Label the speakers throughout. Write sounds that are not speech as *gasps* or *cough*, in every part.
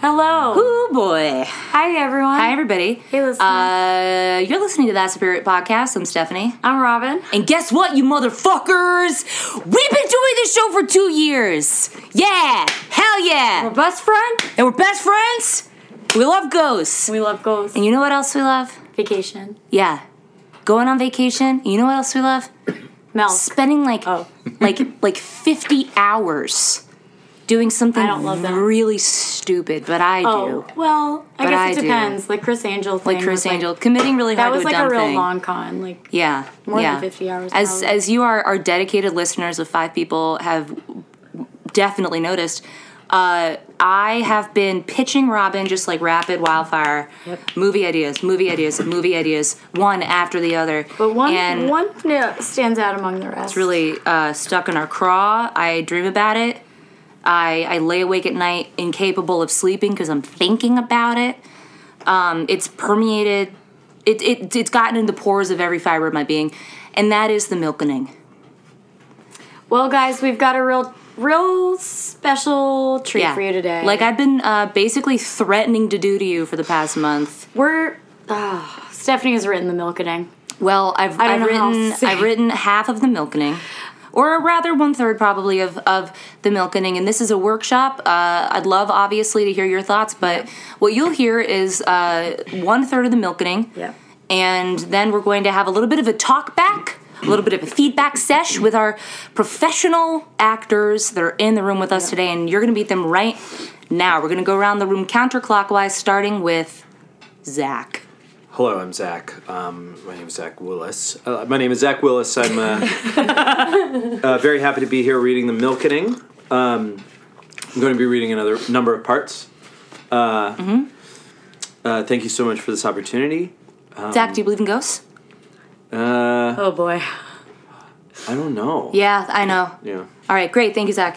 Speaker 1: Hello.
Speaker 2: Oh boy.
Speaker 1: Hi, everyone.
Speaker 2: Hi, everybody.
Speaker 1: Hey, listener.
Speaker 2: Uh, you're listening to That Spirit Podcast. I'm Stephanie.
Speaker 1: I'm Robin.
Speaker 2: And guess what, you motherfuckers? We've been doing this show for two years. Yeah. Hell yeah.
Speaker 1: We're best friend.
Speaker 2: and we're best friends. We love ghosts.
Speaker 1: We love ghosts.
Speaker 2: And you know what else we love?
Speaker 1: Vacation.
Speaker 2: Yeah. Going on vacation. You know what else
Speaker 1: *clears throat*
Speaker 2: we love?
Speaker 1: Mel.
Speaker 2: Spending like
Speaker 1: Oh.
Speaker 2: *laughs* like like 50 hours doing something
Speaker 1: I don't love that.
Speaker 2: really stupid, but I
Speaker 1: Oh.
Speaker 2: do.
Speaker 1: Well, I
Speaker 2: But
Speaker 1: guess
Speaker 2: I
Speaker 1: it
Speaker 2: do.
Speaker 1: depends. Like Chris Angel thing.
Speaker 2: Like Chris
Speaker 1: was, like-
Speaker 2: Angel committing really
Speaker 1: That
Speaker 2: hard
Speaker 1: was
Speaker 2: to a
Speaker 1: like
Speaker 2: dumb
Speaker 1: a real
Speaker 2: thing.
Speaker 1: long con. Like
Speaker 2: Yeah.
Speaker 1: More than
Speaker 2: yeah.
Speaker 1: 50 hours,
Speaker 2: As
Speaker 1: probably.
Speaker 2: as you are our dedicated listeners of five people have definitely noticed, uh, I have been pitching Robin just like rapid wildfire.
Speaker 1: Yep.
Speaker 2: Movie ideas, movie ideas, movie ideas, one after the other.
Speaker 1: but one
Speaker 2: and
Speaker 1: one yeah, stands out among the rest.
Speaker 2: really uh, stuck in our craw. I dream about it. I, I lay awake at night incapable of sleeping because I'm thinking about it. Um, it's permeated, it, it, it's gotten in the pores of every fiber of my being, and that is the milkening.
Speaker 1: Well, guys, we've got a real real special treat for you today.
Speaker 2: Like I've been uh, basically threatening to do to you for the past month.
Speaker 1: we're ah, Stephanie has written the milkening.
Speaker 2: Well, I've,
Speaker 1: I don't
Speaker 2: I've
Speaker 1: know how else to
Speaker 2: written
Speaker 1: say
Speaker 2: I've
Speaker 1: it.
Speaker 2: written half of the milkening, or rather one third probably of of the milkening. And this is a workshop. Uh, I'd love obviously to hear your thoughts, but what you'll hear is uh, one third of the milkening.
Speaker 1: Yep.
Speaker 2: And then we're going to have a little bit of a talk back, a little bit of a feedback sesh with our professional actors that are in the room with us today, and you're going to meet them right now. We're going to go around the room counterclockwise, starting with Zach.
Speaker 3: Hello, I'm Zach. Um, my name is Zach Willis. Uh, my name is Zach Willis. I'm uh,
Speaker 1: *laughs*
Speaker 3: uh, very happy to be here reading The Milkening. Um, I'm going to be reading another number of parts.
Speaker 1: Mm-hmm.
Speaker 3: Uh, uh, thank you so much for this opportunity.
Speaker 4: Um,
Speaker 3: Um,
Speaker 2: Zach, do you believe in ghosts?
Speaker 1: Oh boy.
Speaker 3: uh, I don't know.
Speaker 2: Yeah, I know.
Speaker 3: Yeah.
Speaker 2: All right, great. Thank you, Zach.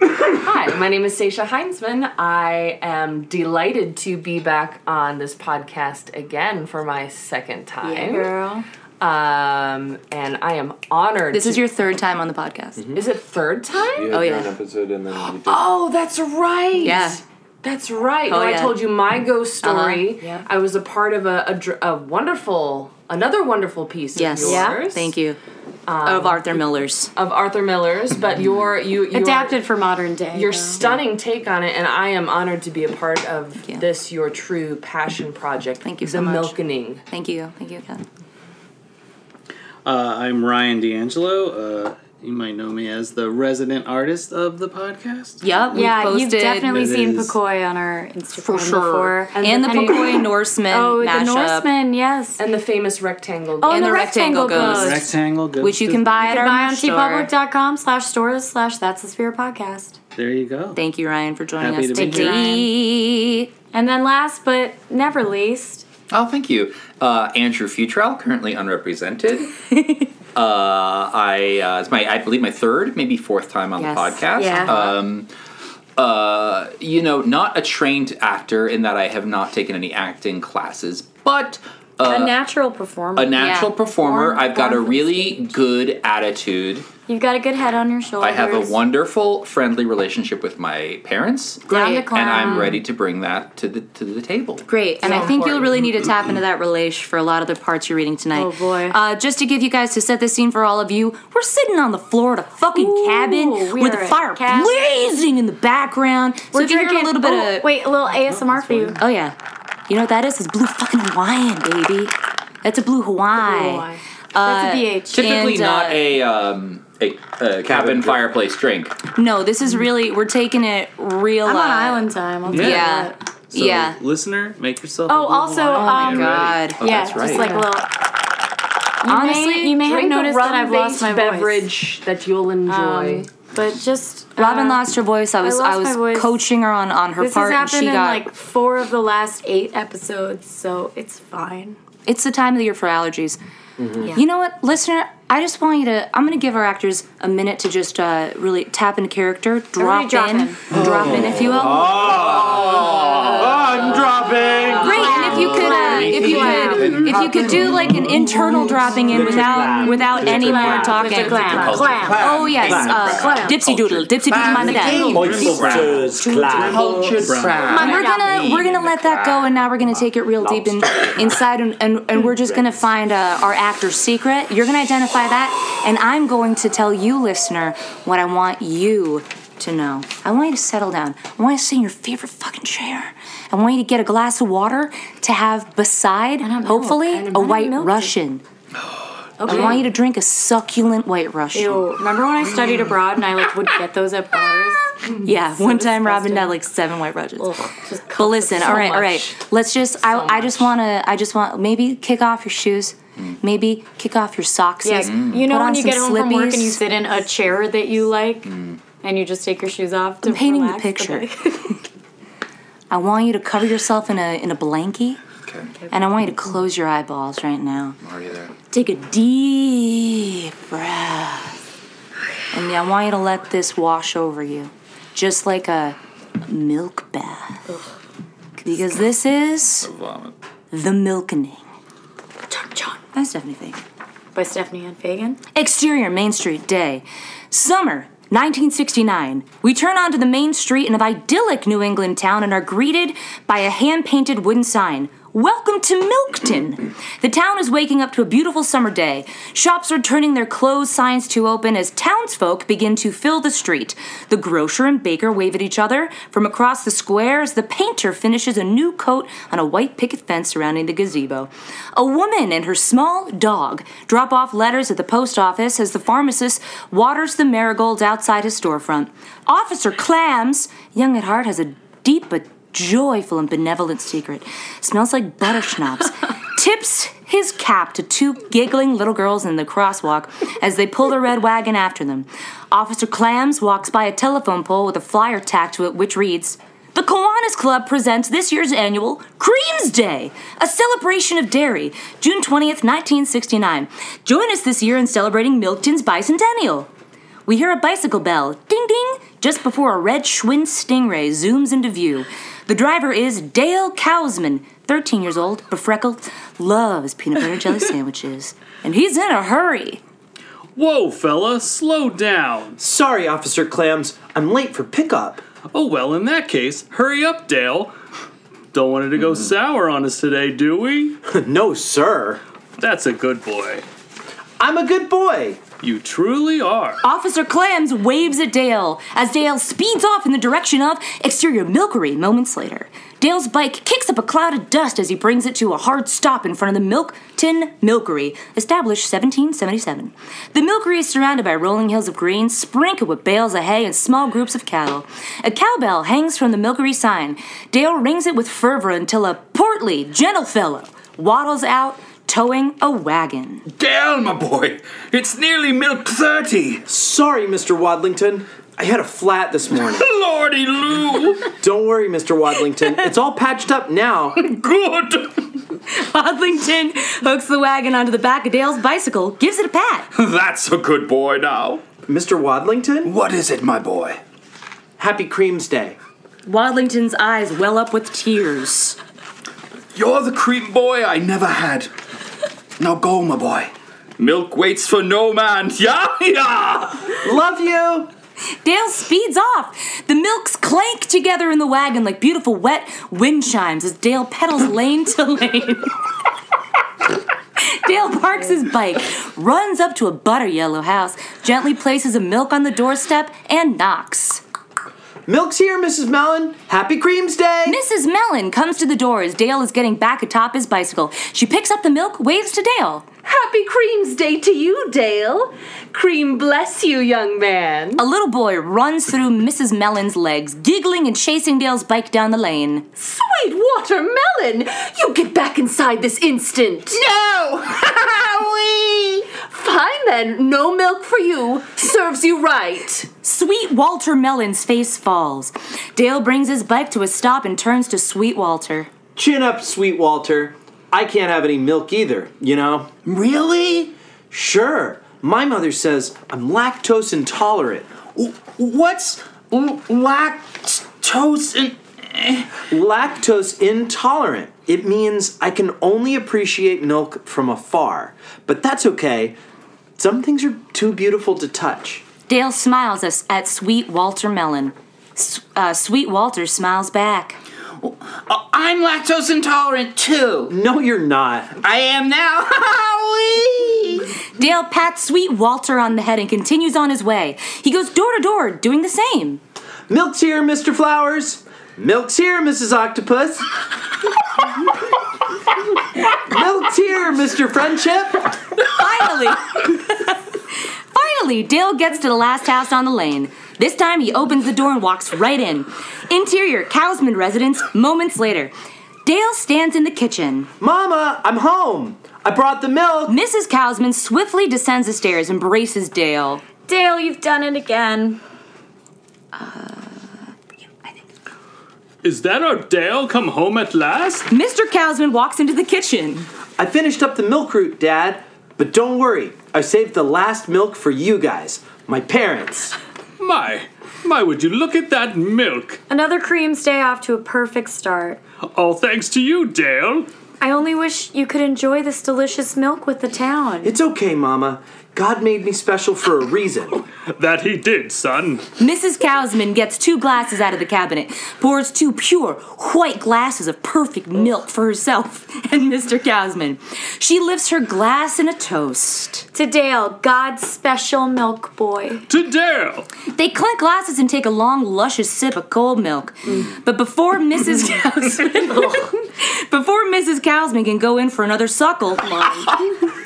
Speaker 5: Hi, my name is Sasha Heinzman. I am delighted to be back on this podcast again for my second time.
Speaker 1: Girl.
Speaker 5: Um, and I am honored.
Speaker 2: This
Speaker 5: to-
Speaker 2: is your third time on the podcast.
Speaker 5: Is it third time?
Speaker 3: oh
Speaker 2: yeah.
Speaker 3: An episode and then you did.
Speaker 5: *gasps* Oh, that's right.
Speaker 2: Yeah.
Speaker 5: That's right. No,
Speaker 2: Oh, yeah. Mm. Uh-huh.
Speaker 5: I told you my ghost story.
Speaker 1: Yeah.
Speaker 5: I was a part of a, a, dr- a wonderful, another wonderful piece
Speaker 2: Yes.
Speaker 5: of
Speaker 1: Yeah.
Speaker 5: yours. Um,
Speaker 2: Thank you. of Arthur Miller's. Mm-hmm.
Speaker 5: Of Arthur Miller's, but your you your,
Speaker 1: Adapted for modern day.
Speaker 5: your
Speaker 1: though.
Speaker 5: stunning take on it, and I am honored to be a part of
Speaker 2: you.
Speaker 5: this your true passion project.
Speaker 2: Thank you
Speaker 5: the
Speaker 2: so much.
Speaker 5: Milkening.
Speaker 2: Thank you. Thank you again.
Speaker 6: Uh, I'm Ryan D'Angelo. Uh, you might know me as the resident artist of the podcast.
Speaker 2: Yep. we
Speaker 1: Yeah, you've
Speaker 2: posted
Speaker 1: definitely
Speaker 6: It
Speaker 1: seen
Speaker 6: is-
Speaker 1: Pacoy on our Instagram
Speaker 2: for sure.
Speaker 1: before.
Speaker 2: And, the
Speaker 1: and-
Speaker 2: Pacoy Norseman
Speaker 1: Oh,
Speaker 2: mashup,
Speaker 1: the Norseman, yes.
Speaker 5: and the famous rectangle.
Speaker 1: Oh,
Speaker 2: and
Speaker 1: the
Speaker 2: the rectangle
Speaker 1: rectangle
Speaker 2: goes,
Speaker 1: goes.
Speaker 6: Rectangle. Goes
Speaker 2: which you
Speaker 6: to-
Speaker 2: can buy at our
Speaker 1: Buy on
Speaker 2: merch store.
Speaker 1: tpublic.com slash stores slash that's the sphere podcast.
Speaker 6: There you go.
Speaker 2: Thank you, Ryan, for joining
Speaker 6: Happy
Speaker 2: us
Speaker 6: to be here.
Speaker 2: today.
Speaker 1: And then last but never least,
Speaker 7: Oh, thank you. Uh, Andrew Futrell, currently
Speaker 1: *laughs*
Speaker 7: unrepresented. uh, I uh, it's my I believe my third, maybe fourth time on
Speaker 2: Yes.
Speaker 7: the podcast.
Speaker 1: Yeah.
Speaker 7: Um, uh, you know, not a trained actor in that I have not taken any acting classes, but uh,
Speaker 1: a natural performer.
Speaker 7: a natural
Speaker 2: yeah.
Speaker 7: performer.
Speaker 1: Born-
Speaker 7: I've got a
Speaker 1: born for the
Speaker 7: really good attitude.
Speaker 1: You've got a good head on your shoulders.
Speaker 7: I have a wonderful, friendly relationship with my parents,
Speaker 1: Down to
Speaker 2: Great.
Speaker 1: clown.
Speaker 7: and I'm ready to bring that to the to the table.
Speaker 2: Great, and I think you'll
Speaker 7: important.
Speaker 2: really need to tap into that relish for a lot of the parts you're reading tonight.
Speaker 1: Oh, boy.
Speaker 2: Uh, just to give you guys to set the scene for all of you, we're sitting on the floor at a fucking
Speaker 1: Ooh,
Speaker 2: cabin
Speaker 1: we
Speaker 2: with
Speaker 1: are
Speaker 2: a
Speaker 1: at
Speaker 2: fire
Speaker 1: cabin.
Speaker 2: blazing in the background. So
Speaker 1: We're
Speaker 2: if you hear
Speaker 1: drinking-
Speaker 2: a little bit
Speaker 1: oh,
Speaker 2: of
Speaker 1: Wait, a little ASMR for you.
Speaker 2: oh yeah, you know what that is? It's blue fucking Hawaiian, baby. That's a blue Hawaii. Uh,
Speaker 1: Hawaii. That's a BH.
Speaker 7: Typically,
Speaker 2: And,
Speaker 7: not
Speaker 2: uh,
Speaker 7: a um, a, a cabin
Speaker 3: drink.
Speaker 7: fireplace drink.
Speaker 2: No, this is really we're taking it real.
Speaker 1: I'm
Speaker 2: uh,
Speaker 1: on island time. I'll tell
Speaker 6: Yeah.
Speaker 1: you
Speaker 2: Yeah.
Speaker 1: that.
Speaker 6: So,
Speaker 2: yeah.
Speaker 6: Listener, make yourself. a
Speaker 1: Oh,
Speaker 6: little
Speaker 1: also,
Speaker 6: wine
Speaker 1: um,
Speaker 6: already.
Speaker 2: God.
Speaker 7: Oh,
Speaker 1: yeah,
Speaker 7: that's right.
Speaker 1: just like a little. You
Speaker 2: Honestly,
Speaker 1: may, you may have
Speaker 5: Drink
Speaker 1: noticed
Speaker 5: a
Speaker 1: that I've lost
Speaker 5: rum-based
Speaker 1: my voice.
Speaker 5: beverage that you'll enjoy.
Speaker 1: Um, but just uh,
Speaker 2: Robin lost her voice. I was
Speaker 1: lost
Speaker 2: I,
Speaker 1: my
Speaker 2: was
Speaker 1: voice.
Speaker 2: coaching her on on her
Speaker 1: This has
Speaker 2: part, and
Speaker 1: happened
Speaker 2: she
Speaker 1: in
Speaker 2: got
Speaker 1: like four of the last eight episodes, so it's fine.
Speaker 2: it's the time of the year for allergies. You know what, listener? I just want you to. I'm going to give our actors a minute to just uh, really tap into character, drop
Speaker 1: drop
Speaker 2: in,
Speaker 1: in.
Speaker 2: drop in, if you will.
Speaker 3: I'm dropping.
Speaker 2: Great, and if you could, uh, if you could, if you could do like an internal dropping in
Speaker 3: Mr.
Speaker 2: without
Speaker 3: Clown.
Speaker 2: without
Speaker 3: Mr.
Speaker 2: any more
Speaker 3: Clown.
Speaker 2: talking.
Speaker 1: Mr. Clown.
Speaker 7: Culture.
Speaker 1: Clown.
Speaker 2: Oh yes,
Speaker 7: Clown.
Speaker 2: uh,
Speaker 7: Clown.
Speaker 2: Dipsy Doodle, Dipsy Doodle, mind the dad.
Speaker 7: Culture
Speaker 2: Mom, we're gonna we're gonna let that go, and now we're gonna take it real deep in, *laughs* inside, and, and and we're just gonna find uh, our actor's secret. You're gonna identify that, and I'm going to tell you, listener, what I want you to know. I want you to settle down. I want you to sit in your favorite fucking chair. I want you to get a glass of water to have beside,
Speaker 1: want milk.
Speaker 2: hopefully,
Speaker 1: I
Speaker 2: a
Speaker 1: want
Speaker 2: white
Speaker 1: milk. *gasps*
Speaker 2: Russian. I want you to drink a succulent white Russian.
Speaker 1: Ew. Remember when I studied abroad and I like would get those at
Speaker 2: *laughs*
Speaker 1: bars?
Speaker 2: Yeah, one time Robin
Speaker 1: disgusting.
Speaker 2: had like seven white Russians.
Speaker 1: Just
Speaker 2: But listen, all right, all
Speaker 5: much.
Speaker 2: right. Let's just. I,
Speaker 5: So
Speaker 2: I just want to. I just want maybe kick off your shoes.
Speaker 7: Mm.
Speaker 2: Maybe kick off your socks.
Speaker 1: Yeah, you know
Speaker 2: Put on
Speaker 1: when you
Speaker 2: some
Speaker 1: get home from work
Speaker 2: slippies. Mm.
Speaker 1: and you sit in a chair that you like, and you just take your shoes off to
Speaker 2: painting the
Speaker 1: relax *laughs*
Speaker 2: picture.
Speaker 1: day?
Speaker 2: I want you to cover yourself in a in a blankie,
Speaker 7: Okay,
Speaker 2: and I want you to close your eyeballs right now.
Speaker 7: I'm already there.
Speaker 2: Take a deep breath, and I want you to let this wash over you, just like a milk bath, because this is
Speaker 7: Vomit.
Speaker 2: the milkening.
Speaker 1: Chug, chug.
Speaker 2: That's Stephanie Fagan.
Speaker 1: By Stephanie and Fagan.
Speaker 2: Exterior Main Street Day. Summer 1969. We turn onto the main street in an idyllic New England town and are greeted by a hand painted wooden sign. Welcome to Milkton! The town is waking up to a beautiful summer day. Shops are turning their closed signs to open as townsfolk begin to fill the street. The grocer and baker wave at each other from across the square as the painter finishes a new coat on a white picket fence surrounding the gazebo. A woman and her small dog drop off letters at the post office as the pharmacist waters the marigolds outside his storefront. Officer Clams, young at heart, has a deep but joyful and benevolent secret. Smells like butter schnapps. Tips his cap to two giggling little girls in the crosswalk as they pull the red wagon after them. Officer Clams walks by a telephone pole with a flyer tacked to it which reads, the Kiwanis Club presents this year's annual Creams Day, a celebration of dairy, June 20th, 1969. Join us this year in celebrating Milton's bicentennial. We hear a bicycle bell, ding ding, just before a red Schwinn Stingray zooms into view. The driver is Dale Cowsman, 13 years old, befreckled, loves peanut butter and
Speaker 3: *laughs*
Speaker 2: jelly sandwiches, and he's in a hurry.
Speaker 6: Whoa, fella, slow down.
Speaker 3: Sorry, Officer Clams, I'm late for pickup.
Speaker 6: Oh, well, in that case, hurry up, Dale. Don't want it to go sour on us today, do we?
Speaker 3: Hmm. *laughs* no, sir.
Speaker 6: That's a good boy.
Speaker 3: I'm a good boy.
Speaker 6: You truly are.
Speaker 2: Officer Clams waves at Dale as Dale speeds off in the direction of exterior milkery moments later. Dale's bike kicks up a cloud of dust as he brings it to a hard stop in front of the Milkton Milkery, established 1777. The milkery is surrounded by rolling hills of green, sprinkled with bales of hay and small groups of cattle. A cowbell hangs from the milkery sign. Dale rings it with fervor until a portly, gentle fellow waddles out, towing a wagon.
Speaker 7: Dale, my boy, it's nearly milk thirty.
Speaker 3: Sorry, Mr. Wadlington. I had a flat this morning.
Speaker 7: *laughs* Lordy Lou,
Speaker 3: *laughs* Don't worry, Mr. Wadlington. It's all patched up now.
Speaker 7: good.
Speaker 2: Podlington hooks the wagon onto the back of Dale's bicycle, gives it a pat.
Speaker 7: *laughs* That's a good boy now.
Speaker 3: Mr. Wadlington?
Speaker 7: What is it, my boy?
Speaker 3: Happy Creams Day.
Speaker 2: Wadlington's eyes well up with tears.
Speaker 7: You're the cream boy I never had. Now go, my boy. Milk waits for no man. *laughs* Yeah, yeah.
Speaker 3: Love you!
Speaker 2: Dale speeds off. The milks clank together in the wagon like beautiful wet wind chimes as Dale pedals lane to lane. *laughs* Dale parks his bike, runs up to a butter yellow house, gently places a milk on the doorstep, and knocks.
Speaker 3: Milk's here, Mrs. Mellon. Happy Creams Day!
Speaker 2: Mrs. Mellon comes to the door as Dale is getting back atop his bicycle. She picks up the milk, waves to Dale.
Speaker 5: Happy Creams Day to you, Dale. Cream bless you, young man.
Speaker 2: A little boy runs through Mrs. Mellon's legs, giggling and chasing Dale's bike down the lane.
Speaker 5: Sweet watermelon, you get back inside this instant. No! we. Fine then, no milk for you. Serves you right.
Speaker 2: Sweet Walter Mellon's face falls. Dale brings his bike to a stop and turns to Sweet Walter.
Speaker 3: Chin up, sweet Walter. I can't have any milk either, you know?
Speaker 7: Really?
Speaker 3: Sure. My mother says I'm lactose intolerant.
Speaker 7: What's l- lactose in- eh?
Speaker 3: lactose intolerant. It means I can only appreciate milk from afar, but that's okay. Some things are too beautiful to touch.
Speaker 2: Dale smiles us at sweet Walter Mellon. S- uh, sweet Walter smiles back.
Speaker 8: Oh, I'm lactose intolerant too.
Speaker 3: No, you're not.
Speaker 8: I am now. *laughs* Wee.
Speaker 2: Dale pats sweet Walter on the head and continues on his way. He goes door to door, doing the same.
Speaker 3: Milk's here, Mr. Flowers. Milk's here, Mrs. Octopus. Milk's here, Mr. Friendship.
Speaker 2: Finally! Finally, Dale gets to the last house on the lane. This time he opens the door and walks right in. Interior, Cowsman residence, moments later. Dale stands in the kitchen.
Speaker 3: Mama, I'm home. I brought the milk.
Speaker 2: Mrs. Cowsman swiftly descends the stairs, embraces Dale.
Speaker 1: Dale, you've done it again.
Speaker 6: Is that our Dale come home at last?
Speaker 2: Mr. Cowsman walks into the kitchen.
Speaker 3: I finished up the milk route, Dad. But don't worry, I saved the last milk for you guys, my parents.
Speaker 6: My, my, would you look at that milk?
Speaker 1: Another cream's day off to a perfect start.
Speaker 6: All thanks to you, Dale.
Speaker 1: I only wish you could enjoy this delicious milk with the town.
Speaker 3: It's okay, Mama. God made me special for a reason.
Speaker 6: That he did, son.
Speaker 2: Mrs. Cowsman gets two glasses out of the cabinet, pours two pure, white glasses of perfect milk for herself *laughs* and Mr. Cowsman. She lifts her glass in a toast.
Speaker 1: To Dale, God's special milk boy.
Speaker 6: To Dale.
Speaker 2: They clink glasses and take a long, luscious sip of cold milk. But before Mrs. Cowsman, *laughs* before Mrs. Cowsman can go in for another suckle, *laughs*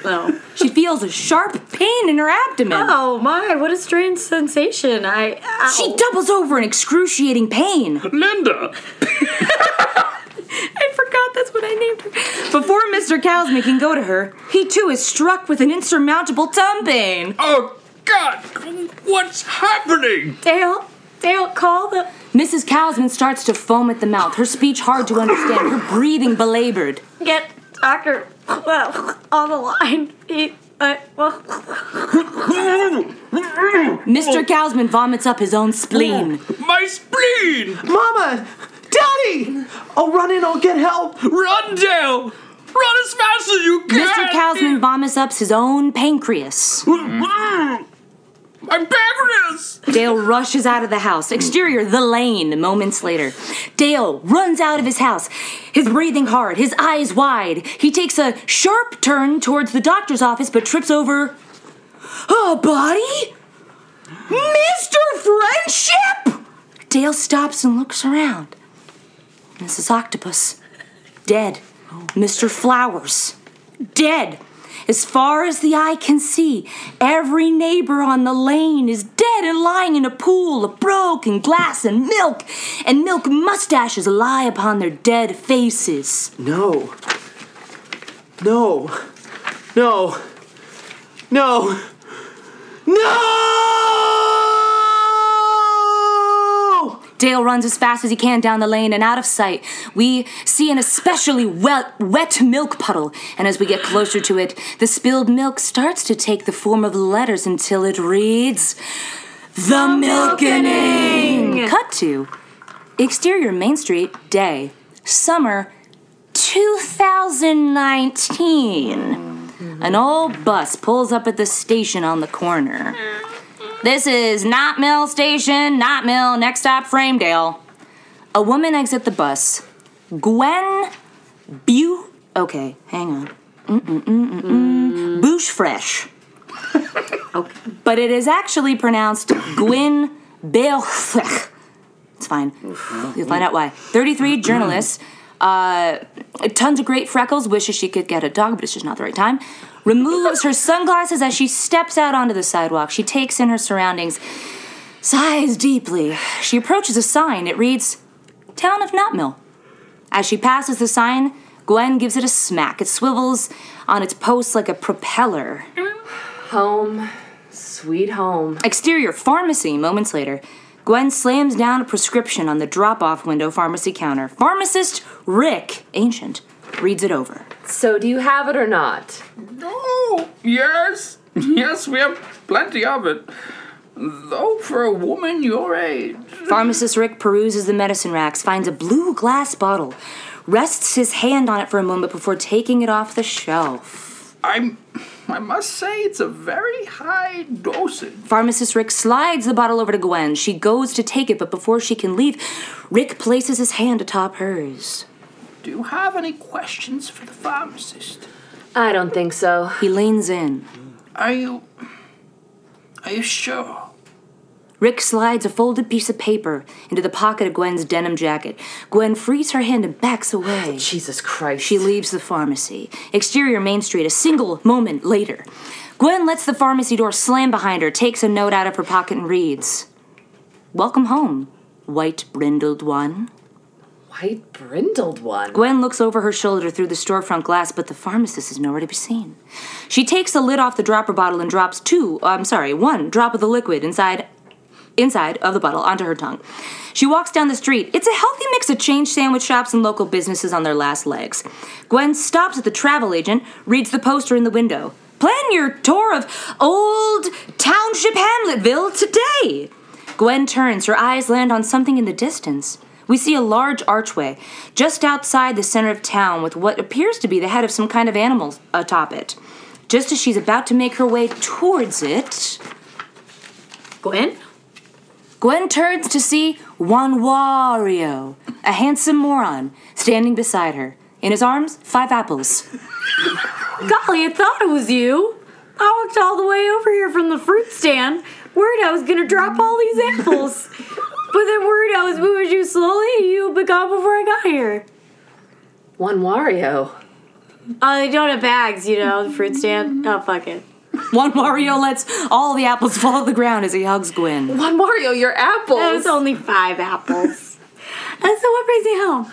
Speaker 2: well, she feels a sharp pain in her abdomen.
Speaker 1: Oh my, what a strange sensation. I. Ow.
Speaker 2: She doubles over in excruciating pain.
Speaker 6: Linda.
Speaker 2: *laughs* I forgot that's what I named her. Before Mr. Cowsman can go to her, he too is struck with an insurmountable tum pain.
Speaker 6: Oh, God. What's happening?
Speaker 1: Dale, Dale, call the.
Speaker 2: Mrs. Cowsman starts to foam at the mouth, her speech hard to understand, her breathing belabored.
Speaker 1: Get Dr. on the line. He. Uh, well,
Speaker 6: Oh.
Speaker 2: Mr. Cowsman vomits up his own spleen.
Speaker 6: My spleen.
Speaker 3: Mama! Daddy! Oh, I'll run in, I'll get help.
Speaker 6: Run, Dale. Run as fast as you
Speaker 2: Mr.
Speaker 6: can.
Speaker 2: Cowsman vomits up his own pancreas.
Speaker 6: Mm-hmm.
Speaker 7: Mm.
Speaker 6: My pancreas.
Speaker 2: Dale rushes out of the house. Exterior, the lane, moments later. Dale runs out of his house, his breathing hard, his eyes wide. He takes a sharp turn towards the doctor's office but trips over. A body? Mr. Friendship? Dale stops and looks around. Mrs. Octopus, dead. Mr. Flowers, dead. As far as the eye can see, every neighbor on the lane is dead and lying in a pool of broken glass and milk, and milk mustaches lie upon their dead faces.
Speaker 3: No. No. No. No. No!
Speaker 2: Dale runs as fast as he can down the lane and out of sight. We see an especially wet, wet milk puddle, and as we get closer to it, the spilled milk starts to take the form of letters until it reads The Milkening! Cut to Exterior Main Street, day, summer 2019. An old bus pulls up at the station on the corner. This is Not Mill Station, Not Mill, next stop Framedale. A woman exit the bus. Gwen Bu. Okay, hang on. Mm-mm-mm-mm-mm. Bushfresh. okay. But it is actually pronounced Gwen Belfrech. It's fine. You'll find out why. 33 journalists. Uh, tons of great freckles, wishes she could get a dog, but it's just not the right time. Removes her sunglasses as she steps out onto the sidewalk. She takes in her surroundings, sighs deeply. She approaches a sign. It reads, Town of Nutmill. As she passes the sign, Gwen gives it a smack. It swivels on its post like a propeller.
Speaker 5: Home, sweet home.
Speaker 2: Exterior pharmacy moments later. Gwen slams down a prescription on the drop off window pharmacy counter. Pharmacist Rick, ancient, reads it over.
Speaker 5: So, do you have it or not?
Speaker 7: Oh, yes. Yes, we have plenty of it. Though for a woman your age.
Speaker 2: Pharmacist Rick peruses the medicine racks, finds a blue glass bottle, rests his hand on it for a moment before taking it off the shelf.
Speaker 7: I'm. I must say, it's a very high dosage.
Speaker 2: Pharmacist Rick slides the bottle over to Gwen. She goes to take it, but before she can leave, Rick places his hand atop hers.
Speaker 7: Do you have any questions for the pharmacist?
Speaker 5: I don't think so.
Speaker 2: He leans in.
Speaker 7: Are you. Are you sure?
Speaker 2: Rick slides a folded piece of paper into the pocket of Gwen's denim jacket. Gwen frees her hand and backs away.
Speaker 5: *sighs* Jesus Christ.
Speaker 2: She leaves the pharmacy. Exterior Main Street, a single moment later. Gwen lets the pharmacy door slam behind her, takes a note out of her pocket, and reads Welcome home, white brindled one.
Speaker 5: white brindled one.
Speaker 2: Gwen looks over her shoulder through the storefront glass, but the pharmacist is nowhere to be seen. She takes the lid off the dropper bottle and drops two, I'm sorry, one drop of the liquid inside inside of the bottle onto her tongue. She walks down the street. It's a healthy mix of chain sandwich shops and local businesses on their last legs. Gwen stops at the travel agent, reads the poster in the window. Plan your tour of old township Hamletville today. Gwen turns, her eyes land on something in the distance. We see a large archway just outside the center of town with what appears to be the head of some kind of animal atop it. Just as she's about to make her way towards it,
Speaker 5: Gwen?
Speaker 2: Gwen turns to see Wanwario, a handsome moron, standing beside her. In his arms,
Speaker 1: *laughs*
Speaker 2: five apples.
Speaker 1: Golly, I Oh, thought it was you. I walked all the way over here from the fruit stand, worried I was gonna drop all these *laughs* apples. but then worried I was moving too slowly, and you would be gone before I got here.
Speaker 5: One Wario.
Speaker 1: Oh, they don't have bags, you know, the fruit stand. Oh, fuck it.
Speaker 2: Wanwario lets all the apples fall to the ground as he hugs Gwen.
Speaker 5: One Wario, your
Speaker 1: That was
Speaker 5: apples.
Speaker 1: only five apples. and so what brings you home?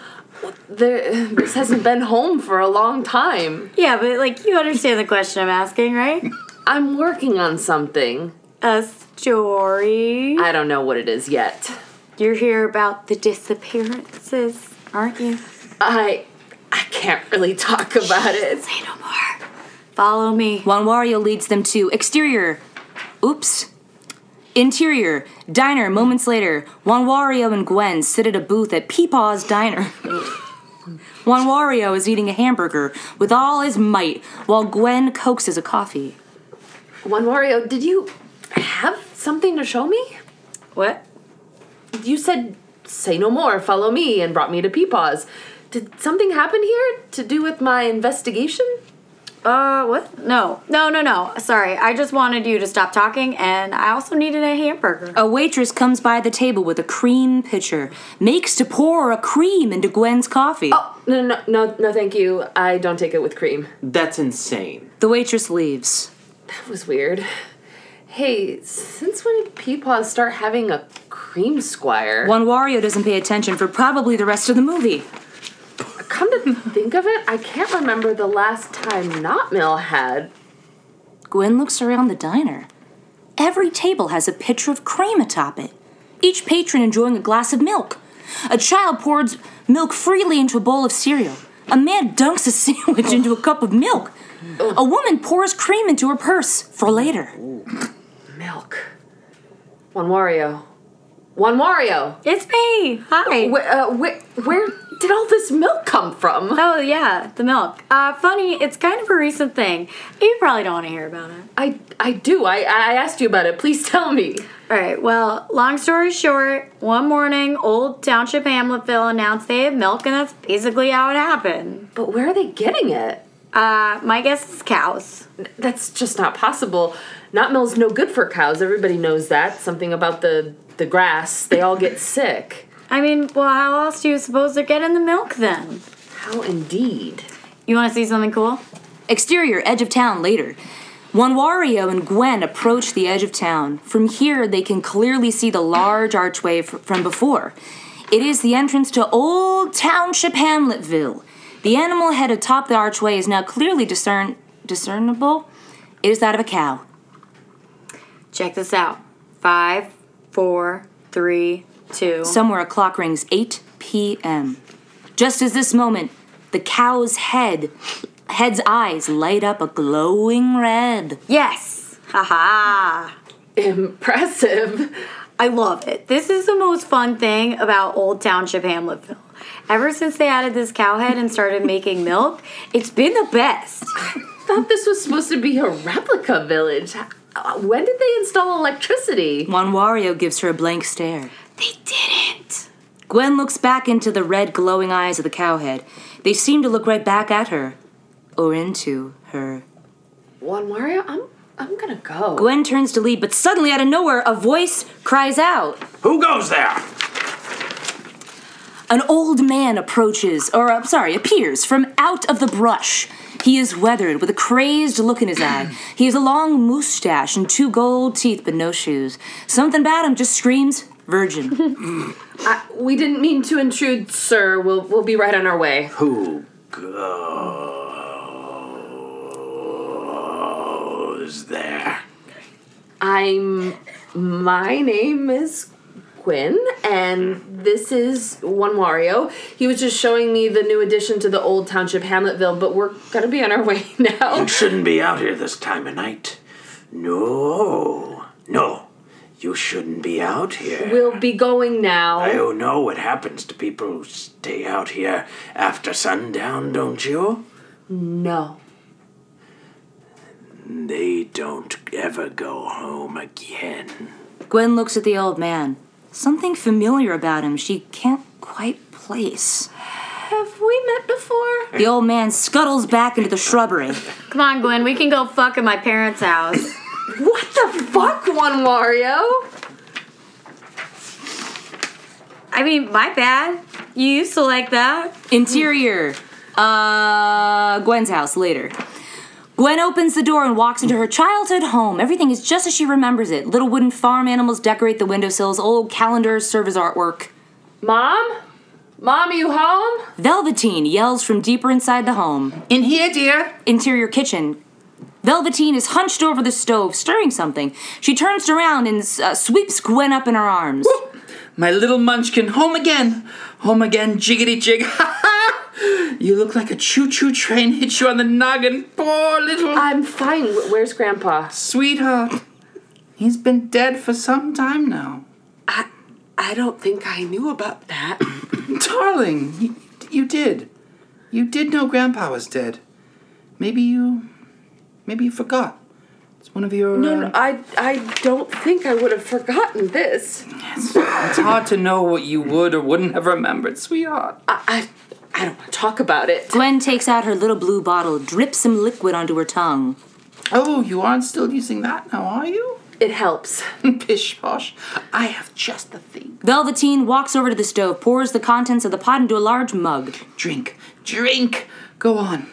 Speaker 5: There- this hasn't been home for a long time.
Speaker 1: *laughs* Yeah, but like you understand the question I'm asking, right?
Speaker 5: I'm working on something.
Speaker 1: A story.
Speaker 5: I don't know what it is yet.
Speaker 1: You're here about the disappearances, aren't you?
Speaker 5: I I can't really talk about it.
Speaker 1: Say no more. Follow me.
Speaker 2: Wanwario leads them to exterior. Oops. Interior. Diner. Moments later, Wanwario and Gwen sit at a booth at Peepaw's Diner. Wanwario is eating a hamburger with all his might while Gwen coaxes a coffee.
Speaker 5: One Wario, did you have something to show me?
Speaker 1: What?
Speaker 5: You said say no more, follow me and brought me to Peepaw's. Did something happen here to do with my investigation?
Speaker 1: Uh, what? No. No, no, no. Sorry. I just wanted you to stop talking, and I also needed a hamburger.
Speaker 2: A waitress comes by the table with a cream pitcher, makes to pour a cream into Gwen's coffee.
Speaker 3: Oh.
Speaker 5: No, no, no, no, thank you. I don't take it with cream.
Speaker 3: That's insane.
Speaker 2: The waitress leaves.
Speaker 5: That was weird. Hey, since when did Peepaws start having a cream squire?
Speaker 2: One Wario doesn't pay attention for probably the rest of the movie.
Speaker 5: Come to think of it, I can't remember the last time Knotmill had.
Speaker 2: Gwen looks around the diner. Every table has a pitcher of cream atop it, each patron enjoying a glass of milk. A child pours milk freely into a bowl of cereal. A man dunks a *laughs* sandwich into a cup of milk. A woman pours cream into her purse for later.
Speaker 5: Milk. One Wario. One Wario!
Speaker 1: It's me. Hi.
Speaker 5: Where, uh, where, where did all this milk come from?
Speaker 1: Oh yeah, the milk. Uh, funny, it's kind of a recent thing. You probably don't want to hear about it.
Speaker 5: I, I do. I, I asked you about it. Please *laughs* tell me.
Speaker 1: All right. Well, long story short, one morning, Old Township Hamletville announced they had milk, and that's basically how it happened.
Speaker 5: But where are they getting it?
Speaker 1: Uh, my guess is cows.
Speaker 5: That's just not possible. Not mill's no good for cows. Everybody knows that. Something about the the grass. They all get sick.
Speaker 1: I mean, well, how else do you suppose they're getting the milk then?
Speaker 5: How indeed.
Speaker 1: You want to see something cool?
Speaker 2: Exterior, edge of town later. Wanwario and Gwen approach the edge of town. From here, they can clearly see the large archway f- from before. It is the entrance to Old Township Hamletville. The animal head atop the archway is now clearly discern- discernible. It is that of a cow.
Speaker 1: Check this out. Five, four, three, two.
Speaker 2: Somewhere a clock rings 8 p.m. Just as this moment, the cow's head, head's eyes light up a glowing red.
Speaker 1: yes. Ha ha.
Speaker 5: Impressive.
Speaker 1: I love it. This is the most fun thing about Old Township Hamletville. Ever since they added this cow head and
Speaker 5: *laughs*
Speaker 1: started making milk, it's been the best.
Speaker 5: Thought this was supposed to be a replica village. Uh, When did they install electricity?
Speaker 2: Juan Wario gives her a blank stare.
Speaker 1: They didn't.
Speaker 2: Gwen looks back into the red glowing eyes of the cowhead. They seem to look right back at her. Or into her.
Speaker 5: Juan Mario, I'm I'm gonna go.
Speaker 2: Gwen turns to leave, but suddenly out of nowhere, a voice cries out.
Speaker 7: Who goes there?
Speaker 2: An old man approaches, or uh, sorry, appears from out of the brush. He is weathered with a crazed look in his eye. He has a long mustache and two gold teeth, but no shoes. Something about him just screams
Speaker 5: *laughs*
Speaker 2: virgin.
Speaker 5: We didn't mean to intrude, sir. We'll we'll be right on our way.
Speaker 7: Who goes there?
Speaker 5: I'm. My name is Quinn, and this is One Wario. He was just showing me the new addition to the old township Hamletville, but we're gonna be on our *laughs* way now.
Speaker 7: You shouldn't be out here this time of night. No, no, you shouldn't be out here.
Speaker 5: We'll be going now.
Speaker 7: I don't know what happens to people who stay out here after sundown, don't you?
Speaker 5: No.
Speaker 7: They don't ever go home again.
Speaker 2: Gwen looks at the old man. Something familiar about him she can't quite place.
Speaker 5: Have we met before?
Speaker 2: The old man scuttles back into the shrubbery.
Speaker 1: Come on, Gwen, we can go fuck at my parents' house.
Speaker 5: *laughs* What the fuck, One Wario?
Speaker 1: I mean, my bad. You used to like that.
Speaker 2: Interior. Uh, Gwen's house later. Gwen opens the door and walks into her childhood home. Everything is just as she remembers it. Little wooden farm animals decorate the windowsills, old calendars serve as artwork.
Speaker 5: Mom? Mom, are you home?
Speaker 2: Velveteen yells from deeper inside the home.
Speaker 9: In here, dear.
Speaker 2: Interior kitchen. Velveteen is hunched over the stove, stirring something. She turns around and uh, sweeps Gwen up in her arms.
Speaker 9: My little munchkin, home again. Home again, jiggity jig. *laughs* Ha ha! You look like a choo choo train hit you on the noggin. Poor little
Speaker 5: I'm fine. Wh- Where's Grandpa?
Speaker 9: sweetheart. He's been dead for some time now.
Speaker 5: I, I don't think I knew about that.
Speaker 9: *coughs* Darling, you, you did. You did know Grandpa was dead. Maybe you. Maybe you forgot. It's one of your.
Speaker 5: No,
Speaker 9: uh,
Speaker 5: no, I, I don't think I would have forgotten this.
Speaker 9: It's hard to know what you would or wouldn't have remembered, sweetheart.
Speaker 5: I, I, I don't want to talk about it.
Speaker 2: Gwen takes out her little blue bottle, drips some liquid onto her tongue.
Speaker 9: Oh, you aren't still using that now, are you?
Speaker 5: It helps.
Speaker 9: *laughs* Pish posh. I have just the thing.
Speaker 2: Velveteen walks over to the stove, pours the contents of the pot into a large mug.
Speaker 9: Drink. Drink. Go on.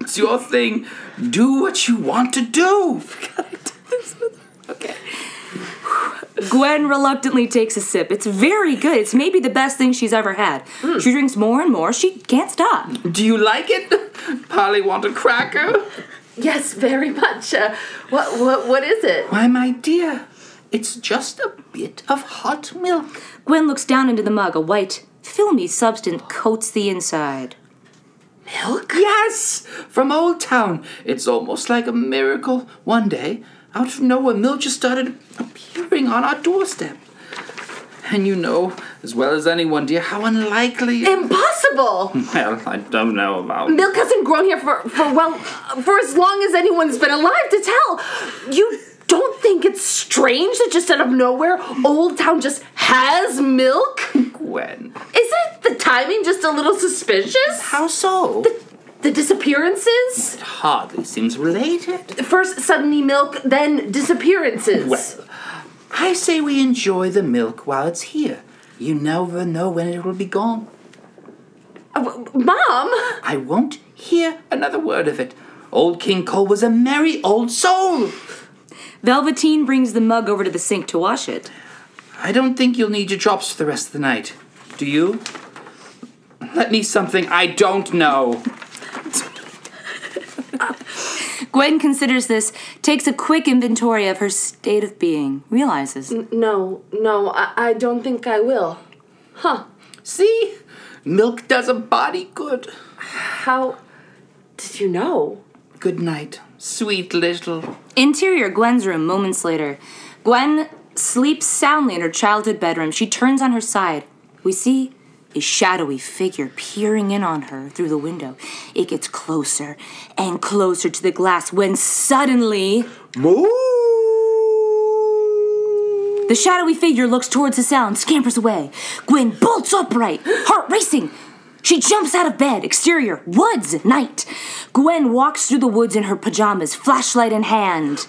Speaker 9: It's your thing. Do what you want to do.
Speaker 2: Gwen reluctantly takes a sip. It's very good. It's maybe the best thing she's ever had. She drinks more and more. She can't stop.
Speaker 9: Hmm. Do you like it? Polly want a cracker?
Speaker 5: Yes, very much. Uh, what, what, what is it?
Speaker 9: Why, my dear, it's just a bit of hot milk.
Speaker 2: Gwen looks down into the mug. A white, filmy substance coats the inside.
Speaker 5: Milk?
Speaker 9: Yes, from Old Town. It's almost like a miracle. One day, out of nowhere, milk just started appearing on our doorstep. And you know, as well as anyone, dear, how unlikely.
Speaker 5: Impossible.
Speaker 9: *laughs* well, I don't know about.
Speaker 5: Milk hasn't grown here for, for well, for as long as anyone's been alive to tell. You don't think it's strange that just out of nowhere, Old Town just has milk?
Speaker 9: Gwen.
Speaker 5: Isn't the timing just a little suspicious?
Speaker 9: How so?
Speaker 5: The disappearances?
Speaker 9: Hardly seems related.
Speaker 5: First, suddenly milk, then disappearances.
Speaker 9: Well, I say we enjoy the milk while it's here. You never know when it will be gone.
Speaker 5: Uh, w- Mom!
Speaker 9: I won't hear another word of it. Old King Cole was a merry old soul.
Speaker 2: Velveteen brings the mug over to the sink to wash it.
Speaker 9: I don't think you'll need your chops for the rest of the night. Do you? Let me something I don't know.
Speaker 2: Gwen considers this, takes a quick inventory of her state of being, realizes.
Speaker 5: No, no, I, I don't think I will.
Speaker 9: See? Milk does a body good.
Speaker 5: How did you know?
Speaker 9: Good night, sweet little.
Speaker 2: Interior Gwen's room moments later. Gwen sleeps soundly in her childhood bedroom. She turns on her side. We see a shadowy figure peering in on her through the window. It gets closer and closer to the glass when suddenly. The shadowy figure looks towards the sound, scampers away. Gwen bolts upright, heart racing. She jumps out of bed, exterior, woods, night. Gwen walks through the woods in her pajamas, flashlight in hand.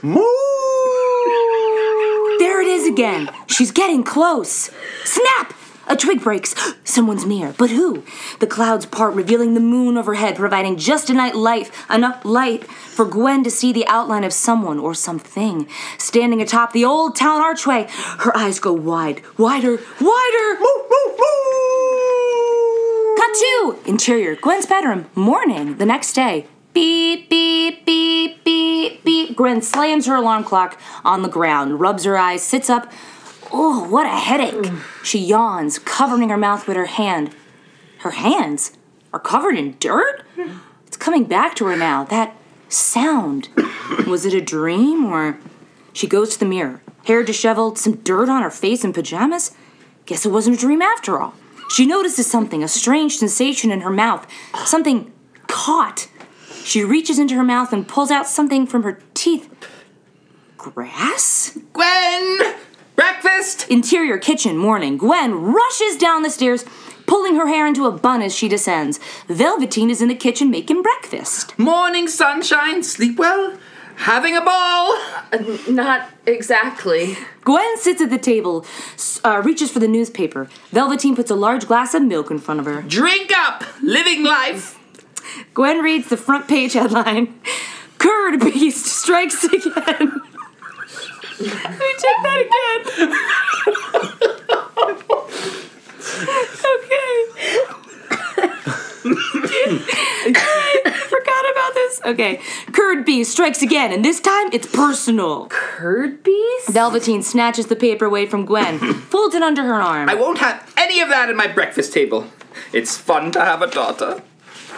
Speaker 2: There it is again. She's getting close. Snap! A twig breaks. Someone's near, but who? The clouds part, revealing the moon overhead, providing just enough light, enough light for Gwen to see the outline of someone or something standing atop the old town archway. Her eyes go wide, wider, wider. Cut two. Interior. Gwen's bedroom. Morning. The next day. Beep, beep, beep, beep, beep. Gwen slams her alarm clock on the ground, rubs her eyes, sits up. Oh, what a headache. She yawns, covering her mouth with her hand. Her hands are covered in dirt? It's coming back to her now. That
Speaker 8: *coughs*
Speaker 2: sound. Was it a dream or. She goes to the mirror, hair disheveled, some dirt on her face and pajamas. Guess it wasn't a dream after all. She notices something, a strange sensation in her mouth, something caught. She reaches into her mouth and pulls out something from her teeth. Grass?
Speaker 8: Gwen! Breakfast!
Speaker 2: Interior kitchen, morning. Gwen rushes down the stairs, pulling her hair into a bun as she descends. Velveteen is in the kitchen making breakfast.
Speaker 8: Morning sunshine! Sleep well? Having a ball!
Speaker 5: Uh, Not exactly.
Speaker 2: Gwen sits at the table, s- uh, reaches for the newspaper. Velveteen puts a large glass of milk in front of her.
Speaker 8: Drink up! Living life!
Speaker 2: Gwen reads the front page headline Curd Beast Strikes Again. Let me check that again. okay. I forgot about this. Okay. Curd Beast Strikes Again, and this time it's personal.
Speaker 5: Curd beast?
Speaker 2: Velveteen snatches the paper away from
Speaker 8: *clears throat*
Speaker 2: Gwen, folds it under her arm.
Speaker 8: I won't have any of that at my breakfast table. It's fun to have a daughter.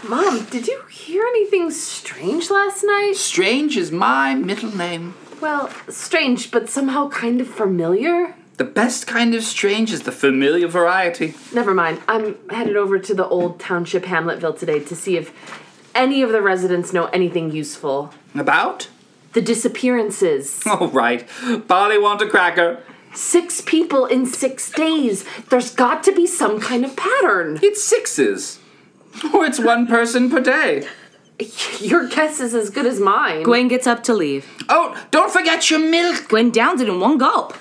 Speaker 5: Mom, did you hear anything strange last night?
Speaker 8: Strange is my middle name.
Speaker 5: Well, strange, but somehow kind of familiar.
Speaker 8: The best kind of strange is the familiar *laughs* variety.
Speaker 5: Never mind. I'm headed over to the old township Hamletville today to see if any of the residents know anything useful.
Speaker 8: About?
Speaker 5: The disappearances.
Speaker 8: All right. Polly want a cracker.
Speaker 5: Six people in six days. There's got to be some kind of pattern.
Speaker 7: *laughs*
Speaker 8: It's sixes. Or it's one person per day.
Speaker 5: Your guess is as good as mine.
Speaker 2: Gwen gets up to leave.
Speaker 8: Oh, don't forget your milk.
Speaker 2: Gwen downs it in one gulp.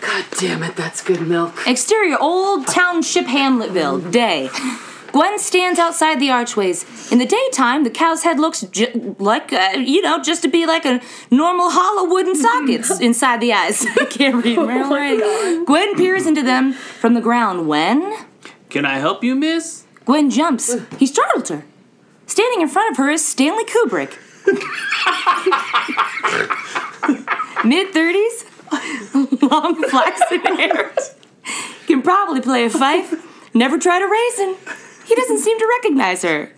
Speaker 5: God damn it, that's good milk.
Speaker 2: Exterior Old Township Hamletville, day. Gwen stands outside the archways. In the daytime, the cow's head looks ju- like, uh, you know, just to be like a normal hollow wooden sockets inside the eyes. *laughs* I can't read my own writing. Gwen peers into them from the ground when
Speaker 6: Can I help you, miss?
Speaker 2: Gwen jumps. He startled her. Standing in front of her is Stanley
Speaker 6: *laughs*
Speaker 2: Kubrick. Mid 30s, long flaxen hair. Can probably play a fife. Never tried a raisin. He doesn't seem to recognize her.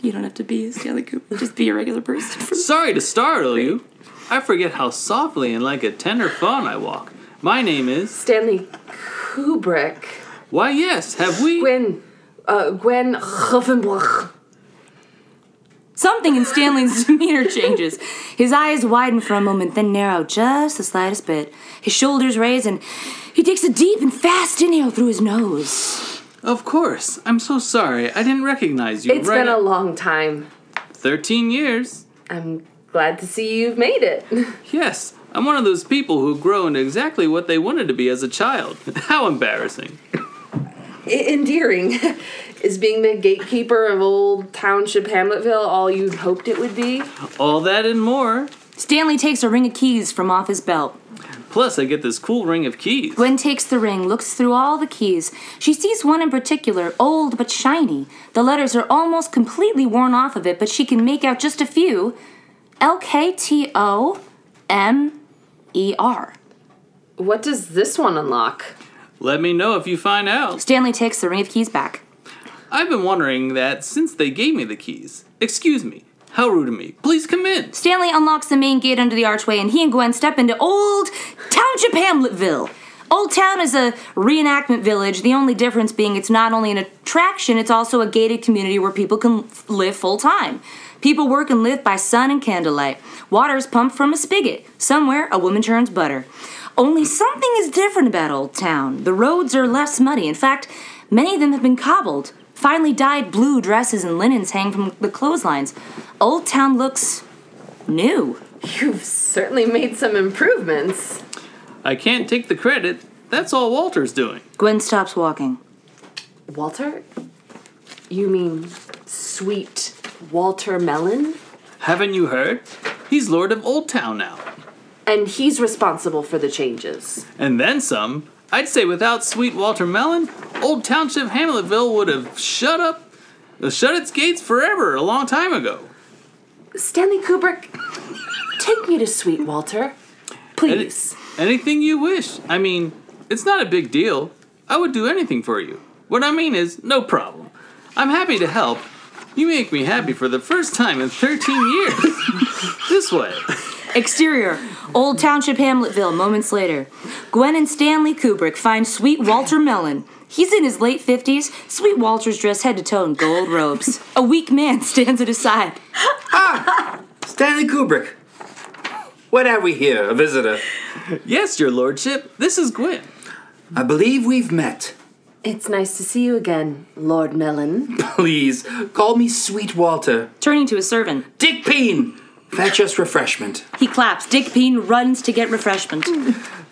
Speaker 2: You don't have to be Stanley Kubrick. Just be a regular person. For
Speaker 6: Sorry to startle you. I forget how softly and like a tender fawn I walk. My name is.
Speaker 5: Stanley Kubrick.
Speaker 6: Why, yes, have we.
Speaker 5: Gwen. Uh, Gwen Hoffenbach.
Speaker 2: Something in Stanley's *laughs* demeanor changes. His eyes widen for a moment, then narrow just the slightest bit. His shoulders raise, and he takes a deep and fast inhale through his nose.
Speaker 6: Of course. I'm so sorry. I didn't recognize you.
Speaker 5: It's
Speaker 6: right
Speaker 5: been a
Speaker 6: at-
Speaker 5: long time.
Speaker 6: 13 years.
Speaker 5: I'm glad to see you've made it.
Speaker 6: Yes, I'm one of those people who grow into exactly what they wanted to be as a child. *laughs* How embarrassing.
Speaker 5: endearing. *laughs* Is being the gatekeeper of old township Hamletville all you hoped it would be?
Speaker 6: All that and more.
Speaker 2: Stanley takes a ring of keys from off his belt.
Speaker 6: Plus, I get this cool ring of keys.
Speaker 2: Gwen takes the ring, looks through all the keys. She sees one in particular, old but shiny. The letters are almost completely worn off of it, but she can make out just a few L K T O M E R.
Speaker 5: What does this one unlock?
Speaker 6: Let me know if you find out.
Speaker 2: Stanley takes the ring of keys back.
Speaker 6: I've been wondering that since they gave me the keys. Excuse me, How rude of me. Please come in.
Speaker 2: Stanley unlocks the main gate under the archway, and he and Gwen step into Old Township Hamletville. Old Town is a reenactment village, the only difference being it's not only an attraction, it's also a gated community where people can f- live full time. People work and live by sun and candlelight. Water is pumped from a spigot. Somewhere, a woman churns butter. Only something is different about Old Town. The roads are less muddy. In fact, many of them have been cobbled. Finely dyed blue dresses and linens hang from the clotheslines. Old Town looks new.
Speaker 5: You've certainly made some improvements.
Speaker 6: I can't take the credit. That's all Walter's doing.
Speaker 2: Gwen stops walking.
Speaker 5: Walter? You mean sweet Walter Mellon?
Speaker 6: Haven't you heard? He's Lord of Old Town now.
Speaker 5: And he's responsible for the changes.
Speaker 6: And then some. I'd say without sweet Walter Mellon, Old Township Hamletville would have shut up, uh, shut its gates forever a long time ago.
Speaker 5: Stanley Kubrick, take me to sweet Walter.
Speaker 6: Any-
Speaker 5: Please.
Speaker 6: anything you wish. I mean, it's not a big deal. I would do anything for you. What I mean is, no problem. I'm happy to help. You make me happy for the first time in 13 years. *laughs* this way.
Speaker 2: Exterior, Old Township Hamletville, moments later. Gwen and Stanley Kubrick find sweet Walter Mellon. He's in his late 50s. Sweet Walter's dressed head to toe in gold robes. A weak man *laughs* stands at his side.
Speaker 7: Stanley Kubrick. What have we here? A visitor.
Speaker 6: Yes, your lordship, this is Gwen.
Speaker 7: I believe we've met.
Speaker 5: It's nice to see you again, Lord Mellon.
Speaker 7: *laughs* Please, call me Sweet Walter.
Speaker 2: Turning to his servant,
Speaker 7: Dick Peen! Fetch us refreshment.
Speaker 2: he claps. Dick Peen runs to get refreshment.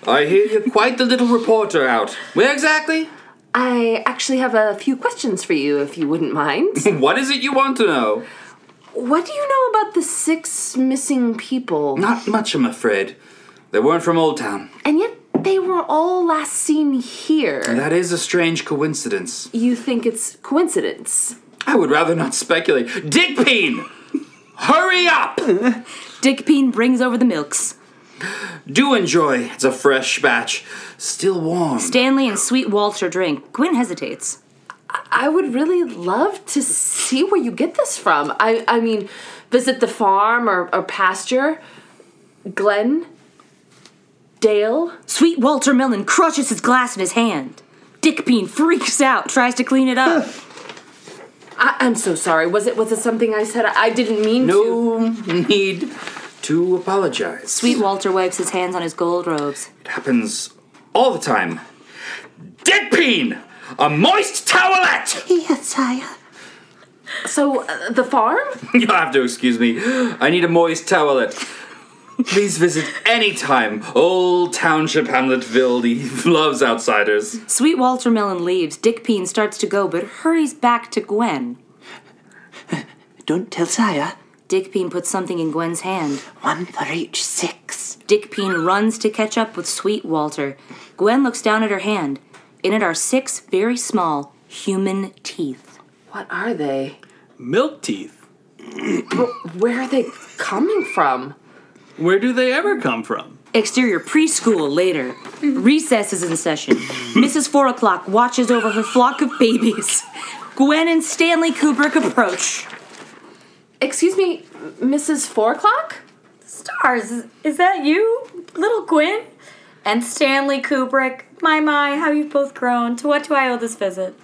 Speaker 7: I hear you're quite the little reporter out. Where exactly?
Speaker 5: I actually have a few questions for you, if you wouldn't mind.
Speaker 7: *laughs* What is it you want to know?
Speaker 5: what do you know about the six missing people?
Speaker 7: Not much, I'm afraid. They weren't from Old Town.
Speaker 5: And yet they were all last seen here.
Speaker 7: That is a strange *laughs* coincidence.
Speaker 2: E,
Speaker 5: You think it's coincidence?
Speaker 7: I would rather not speculate. Dick Peen! Hurry up!
Speaker 2: Dick Peen brings over the milks.
Speaker 7: Do enjoy. It's a fresh batch. Still warm.
Speaker 2: Stanley and sweet Walter drink. Gwen hesitates.
Speaker 5: I would really love to see where you get this from. I, I mean, visit the farm or, or pasture. Glen, Dale,
Speaker 2: Sweet Walter Mellon crushes his glass in his hand. Dick Peen freaks out, tries to clean it up.
Speaker 5: I, I'm so sorry. Was it was it something I said? I didn't mean to.
Speaker 7: no need to apologize.
Speaker 2: Sweet Walter wipes his hands on his gold robes.
Speaker 7: It happens all the time. Dick Peen! A moist towelette!
Speaker 5: So uh, the farm?
Speaker 7: You'll have to excuse me. I need a moist towelette. Please visit anytime. Old Township Hamletville he *laughs* loves outsiders.
Speaker 2: Sweet Walter Mellon leaves. Dick Peen starts to go, but hurries back to Gwen.
Speaker 9: Don't tell Sire.
Speaker 2: Dick Peen puts something in Gwen's hand.
Speaker 9: One for each six.
Speaker 2: Dick Peen runs to catch up with Sweet Walter. Gwen looks down at her hand. In it are six very small human teeth.
Speaker 5: What are they?
Speaker 6: Milk teeth.
Speaker 5: Where are they coming from?
Speaker 6: Where do they ever come from?
Speaker 2: Exterior preschool
Speaker 5: *laughs*
Speaker 2: later. Recess is in session. Mrs. Four O'Clock watches over her flock of babies. Gwen and Stanley Kubrick approach.
Speaker 5: Excuse me, Mrs. Four O'clock?
Speaker 1: Stars, is- is that you, little Gwen? And Stanley Kubrick. My, my, how you've both grown. To what do I owe this visit?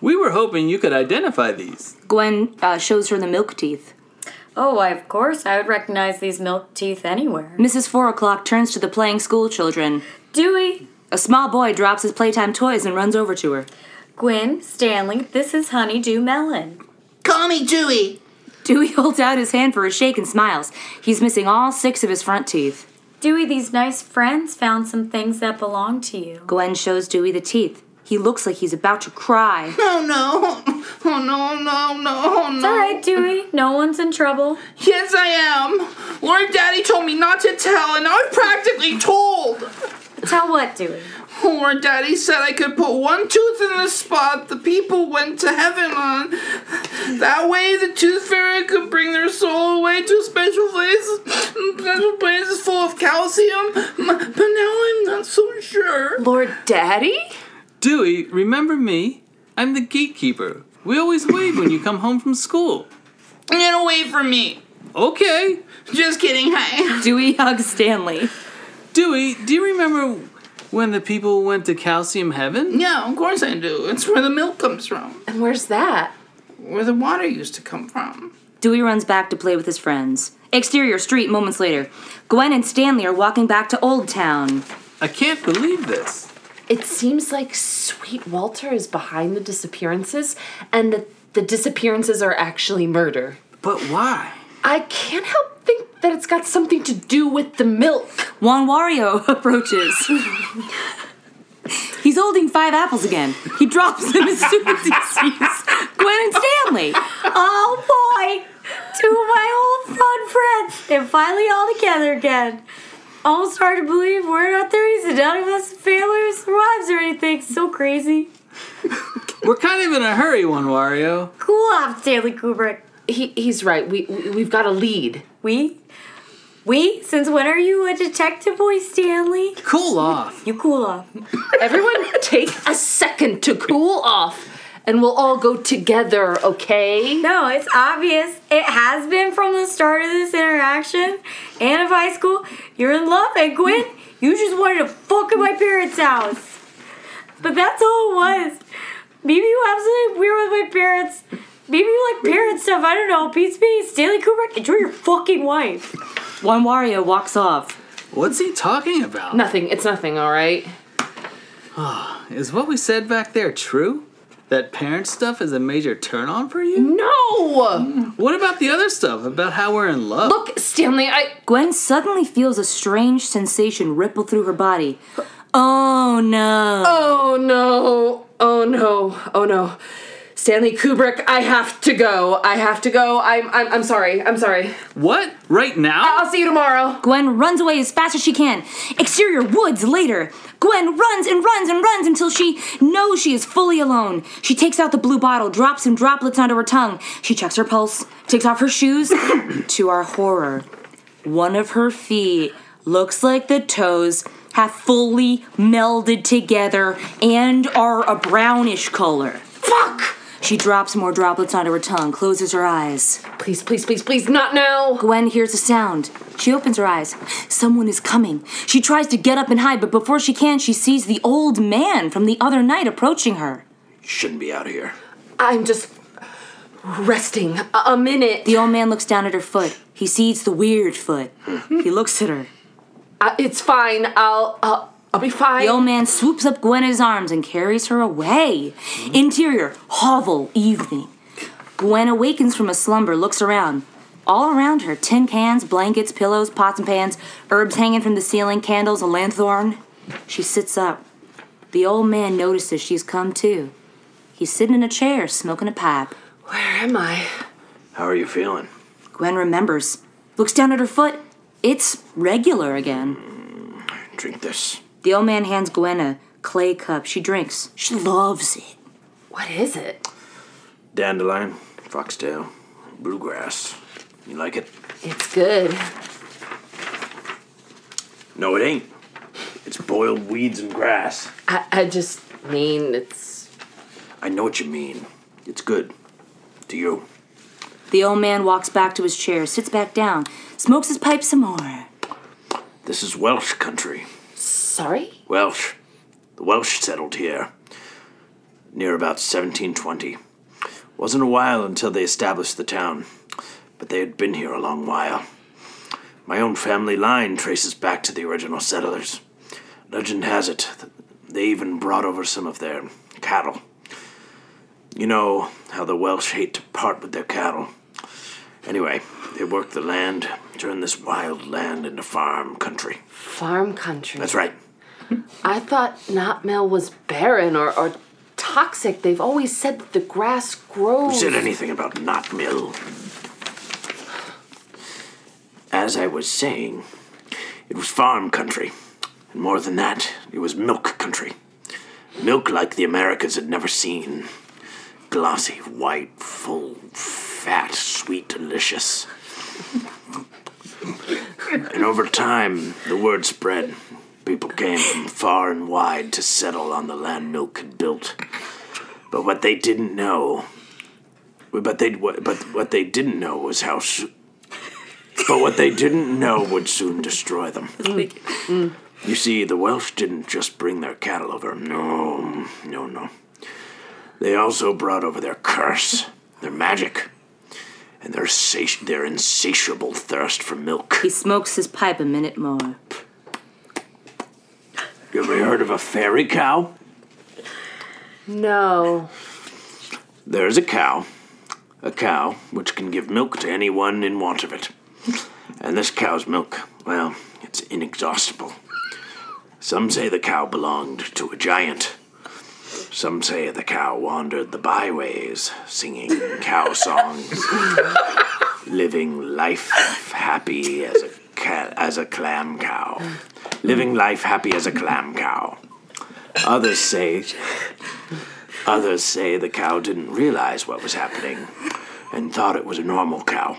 Speaker 6: We were hoping you could identify these.
Speaker 2: Gwen uh, shows her the milk teeth.
Speaker 1: Oh, why, of course, I would recognize these milk teeth anywhere.
Speaker 2: Mrs. Four O'Clock turns to the playing school children.
Speaker 1: Dewey,
Speaker 2: A small boy drops his playtime toys and runs over to her.
Speaker 1: Gwen, Stanley, this is Honeydew Melon.
Speaker 9: Call me Dewey.
Speaker 2: Dewey *laughs* holds out his hand for a shake and smiles. He's missing all six of his front teeth.
Speaker 1: Dewey, these nice friends found some things that belong to you.
Speaker 2: Gwen shows Dewey the teeth. He looks like he's about to cry.
Speaker 9: Oh *laughs* no. Oh no, no, no, no.
Speaker 1: It's alright, Dewey. No one's in trouble.
Speaker 9: Yes, I am. Lord Daddy told me not to tell, and I've practically told.
Speaker 1: Tell what, Dewey?
Speaker 9: Lord Daddy said I could put one tooth in the spot the people went to heaven on. That way, the tooth fairy could bring their soul away to a special place. Special place is full of calcium, but now I'm not so sure.
Speaker 5: Lord Daddy?
Speaker 6: Dewey, remember me? I'm the gatekeeper. We always wave when you come home from school.
Speaker 9: Get away from me.
Speaker 6: Okay.
Speaker 9: Just kidding. Hi.
Speaker 2: Dewey hugs Stanley.
Speaker 6: Dewey, do you remember when the people went to calcium heaven?
Speaker 9: Yeah, of course I do. It's where the milk comes from,
Speaker 5: And where's that?
Speaker 9: where the water used to come from.
Speaker 2: Dewey runs back to play with his friends. Exterior street moments later. Gwen and Stanley are walking back to Old Town.
Speaker 6: I can't believe this.
Speaker 5: It seems like Sweet Walter is behind the disappearances and that the disappearances are actually murder.
Speaker 6: But why?
Speaker 5: I can't help think that it's got something to do with the milk.
Speaker 2: Juan Wario *laughs* approaches. He's holding five apples again. He drops them as soon as he sees Gwen and Stanley.
Speaker 1: Oh boy! Two of my old fun friends. They're finally all together again. Almost hard to believe we're not 30s and none of us have families or wives or anything. So crazy.
Speaker 6: We're kind of in a hurry, one Wario.
Speaker 1: Cool off, Stanley Kubrick.
Speaker 5: He, he's right. We, we we've got a lead.
Speaker 1: We? We? Since when are you a detective boy, Stanley?
Speaker 6: Cool off.
Speaker 1: You cool off.
Speaker 5: Everyone, take a second to cool off, and we'll all go together. Okay?
Speaker 1: No, it's obvious. It has been from the start of this interaction and of high school. You're in love, and Gwen, you just wanted to fuck at my parents' house. But that's all it was. Maybe you have something weird with my parents. Maybe you like parent stuff. I don't know. Peace, peace. Stanley Kubrick, enjoy your fucking wife.
Speaker 2: Juan Wario walks off.
Speaker 6: What's he talking about?
Speaker 5: Nothing. It's nothing. All right.
Speaker 6: Is what we said back there true? That parent stuff is a major turn on for you?
Speaker 5: No.
Speaker 6: What about the other stuff about how we're in love?
Speaker 5: Look, Stanley. I
Speaker 2: Gwen suddenly feels a strange sensation ripple through her body. Oh no.
Speaker 5: Oh no. Oh no. Oh no. Stanley Kubrick, I have to go. I have to go. I'm I'm, I'm sorry. I'm sorry.
Speaker 6: What? Right now?
Speaker 5: I'll see you tomorrow.
Speaker 2: Gwen runs away as fast as she can. Exterior woods later. Gwen runs and runs and runs until she knows she is fully alone. She takes out the blue bottle, drops some droplets onto her tongue. She checks her pulse, takes off her shoes. to our horror, one of her feet looks like the toes have fully melded together and are a brownish color.
Speaker 5: Fuck!
Speaker 2: She drops more droplets onto her tongue, closes her eyes.
Speaker 5: Please, please, please, please, not now.
Speaker 2: Gwen hears a sound. She opens her eyes. Someone is coming. She tries to get up and hide, but before she can, she sees the old man from the other night approaching her.
Speaker 7: Shouldn't be out of here.
Speaker 5: I'm just resting a, a minute.
Speaker 2: The old man looks down at her foot. He sees the weird foot. He looks at her.
Speaker 5: Hmm. Uh, it's fine. I'll I'll, I'll be fine.
Speaker 2: The old man swoops up Gwen in his arms and carries her away.
Speaker 5: Hmm.
Speaker 2: Interior, hovel, evening. Gwen awakens from a slumber, looks around. All around her tin cans, blankets, pillows, pots and pans, herbs hanging from the ceiling, candles, a lanthorn. She sits up. The old man notices she's come to. He's sitting in a chair, smoking a pipe.
Speaker 5: Where am I?
Speaker 7: How are you feeling?
Speaker 2: Gwen remembers, looks down at her foot. It's regular again.
Speaker 7: Drink this.
Speaker 2: The old man hands Gwen a clay cup. She drinks. She loves it.
Speaker 5: What is it?
Speaker 7: Dandelion, foxtail, bluegrass. You like it?
Speaker 5: It's good.
Speaker 7: No, it ain't. It's boiled weeds and grass.
Speaker 5: I, I just mean it's
Speaker 7: I know what you mean. It's good. To you.
Speaker 2: The old man walks back to his chair, sits back down, smokes his pipe some more.
Speaker 7: This is Welsh country.
Speaker 5: sorry.
Speaker 7: Welsh. The Welsh settled here near about 1720. Wasn't a while until they established the town, but they had been here a long while. My own family line traces back to the original settlers. Legend has it that they even brought over some of their cattle. You know how the Welsh hate to part with their cattle. Anyway, they worked the land, turned this wild land into farm country.
Speaker 5: Farm country.
Speaker 7: That's right.
Speaker 5: I thought knot meal was barren or, or toxic. They've always said that the grass grows.
Speaker 7: said anything about not mill. As I was saying, it was farm country. And more than that, it was milk country. Milk like the Americas had never seen. Glossy, white, full, fat, sweet, delicious. and over time, the word spread. People came from far and wide to settle on the land milk had built. But what they didn't know but they what, but what they didn't know was how s- but what they didn't know would soon destroy them. You see, the Welsh didn't just bring their cattle over. No, no, no. They also brought over their curse, their magic, and their, sati- their insatiable thirst for milk.
Speaker 2: He smokes his pipe a minute more.
Speaker 7: You ever heard of a fairy cow?
Speaker 5: No.
Speaker 7: There is a cow, a cow which can give milk to anyone in want of it. And this cow's milk, well, it's inexhaustible. Some say the cow belonged to a giant. Some say the cow wandered the byways, singing cow songs, living life happy as a ca- as a clam cow, living life happy as a clam cow. Others say Others say the cow didn't realize what was happening and thought it was a normal cow.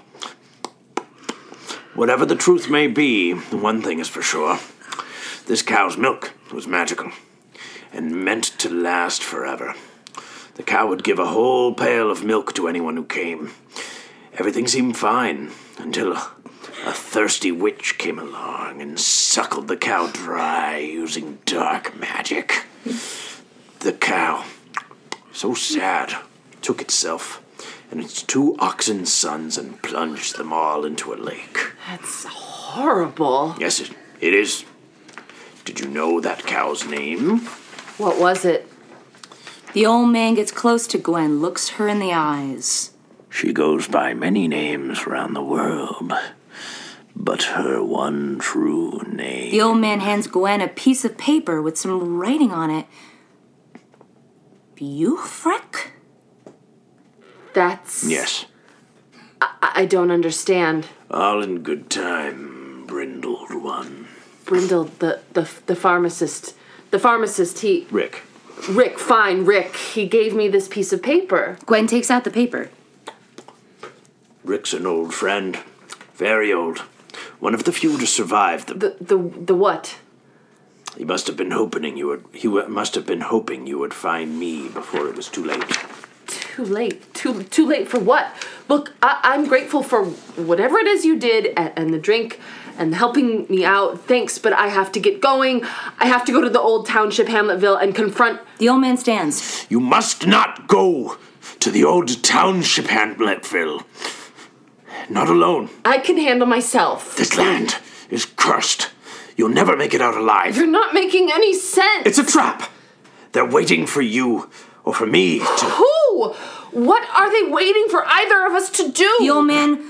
Speaker 7: Whatever the truth may be, one thing is for sure this cow's milk was magical and meant to last forever. The cow would give a whole pail of milk to anyone who came. Everything seemed fine until a, a thirsty witch came along and suckled the cow dry using dark magic. The cow so sad, took itself and its two oxen sons and plunged them all into a lake.
Speaker 5: That's horrible.
Speaker 7: Yes, it, it is. Did you know that cow's name?
Speaker 5: What was it?
Speaker 2: The old man gets close to Gwen, looks her in the eyes.
Speaker 7: She goes by many names around the world, but her one true
Speaker 2: The
Speaker 7: name.
Speaker 2: old man hands Gwen a piece of paper with some writing on it. Bufrek?
Speaker 5: That's.
Speaker 7: Yes,
Speaker 5: I, I don't understand.
Speaker 7: all in good time, brindled one.
Speaker 5: Brindle, the, the the pharmacist, the pharmacist. He
Speaker 7: Rick,
Speaker 5: Rick, fine, Rick. He gave me this piece of paper.
Speaker 2: Gwen takes out the paper.
Speaker 7: Rick's an old friend, very old. One of the few to survive the
Speaker 5: The the the what?
Speaker 7: He must have been hoping you would. He w- must have been hoping you would find me before it was too late.
Speaker 5: Too late. Too too late for what? Look, I, I'm grateful for whatever it is you did and, and the drink and helping me out. Thanks, but I have to get going. I have to go to the old township Hamletville and confront.
Speaker 2: The old man stands.
Speaker 7: You must not go to the old township, Hamletville. Not alone.
Speaker 5: I can handle myself.
Speaker 7: This land is cursed. You'll never make it out alive.
Speaker 5: You're not making any sense.
Speaker 7: It's a trap. They're waiting for you or for me to.
Speaker 5: Who? What are they waiting for either of us to do?
Speaker 2: The old man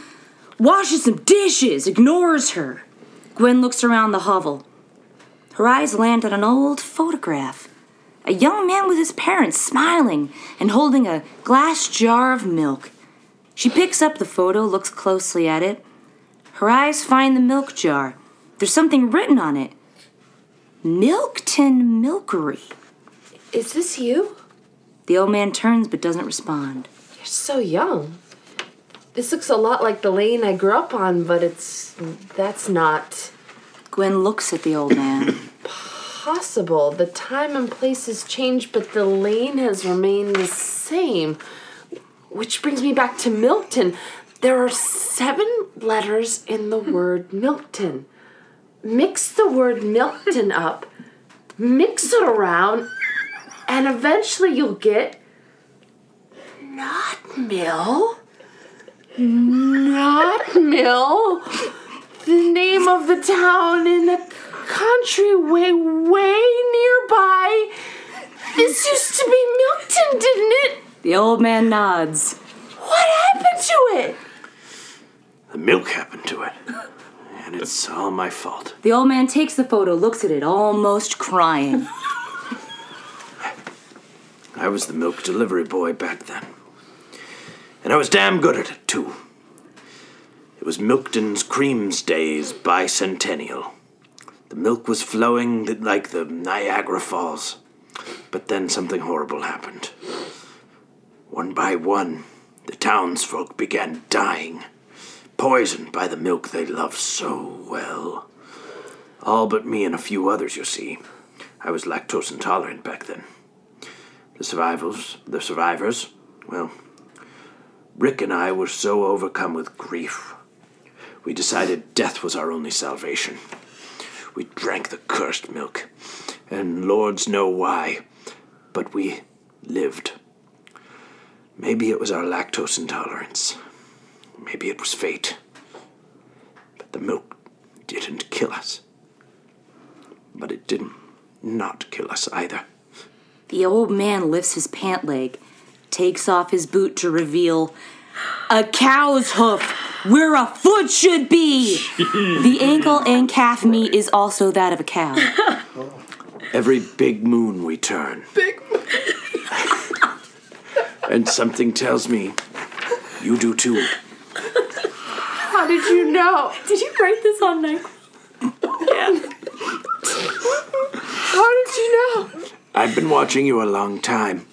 Speaker 2: washes some dishes, ignores her. Gwen looks around the hovel. Her eyes land on an old photograph. A young man with his parents smiling and holding a glass jar of milk. She picks up the photo, looks closely at it. Her eyes find the milk jar. There's something written on it Milkton Milkery.
Speaker 5: Is this you?
Speaker 2: The old man turns but doesn't respond.
Speaker 5: You're so young. This looks a lot like the lane I grew up on, but it's. that's not
Speaker 2: Gwen looks at the old man.
Speaker 5: *coughs*
Speaker 2: *coughs*
Speaker 5: possible. The time and place has changed, but the lane has remained the same. Which brings me back to Milton. There are seven letters
Speaker 2: *coughs*
Speaker 5: in the word Milton. Mix the word Milton up, mix it around, and eventually you'll get. Not Mill. Not Mill. The name of the town in the country way, way nearby. This used to be Milton, didn't it?
Speaker 2: the old man nods.
Speaker 5: What happened to it?
Speaker 7: The milk happened to it, and it's all my fault.
Speaker 2: The old man takes the photo, looks at it, almost
Speaker 7: *laughs*
Speaker 2: crying.
Speaker 7: I was the milk delivery boy back then. And I was damn good at it, too. It was Milkton's Creams Day's bicentennial. The milk was flowing th- like the Niagara Falls. But then something horrible happened. One by one, the townsfolk began dying, poisoned by the milk they loved so well. All but me and a few others, you see. I was lactose intolerant back then. The survivors, the survivors, well, Rick and I were so overcome with grief. we decided death was our only salvation. We drank the cursed milk, and lords know why, but we lived. Maybe it was our lactose intolerance. Maybe it was fate. But the milk didn't kill us. But it didn't not kill us either.
Speaker 2: The old man lifts his pant leg, takes off his boot to reveal a cow's hoof where a foot should be. The ankle and calf meat is also that of
Speaker 7: *laughs*
Speaker 2: a cow.
Speaker 7: Every big moon we turn. Big *laughs* and something tells me you do too.
Speaker 5: How did you know?
Speaker 1: Did you write this on night?
Speaker 5: How did you know?
Speaker 7: I've been watching you a long time.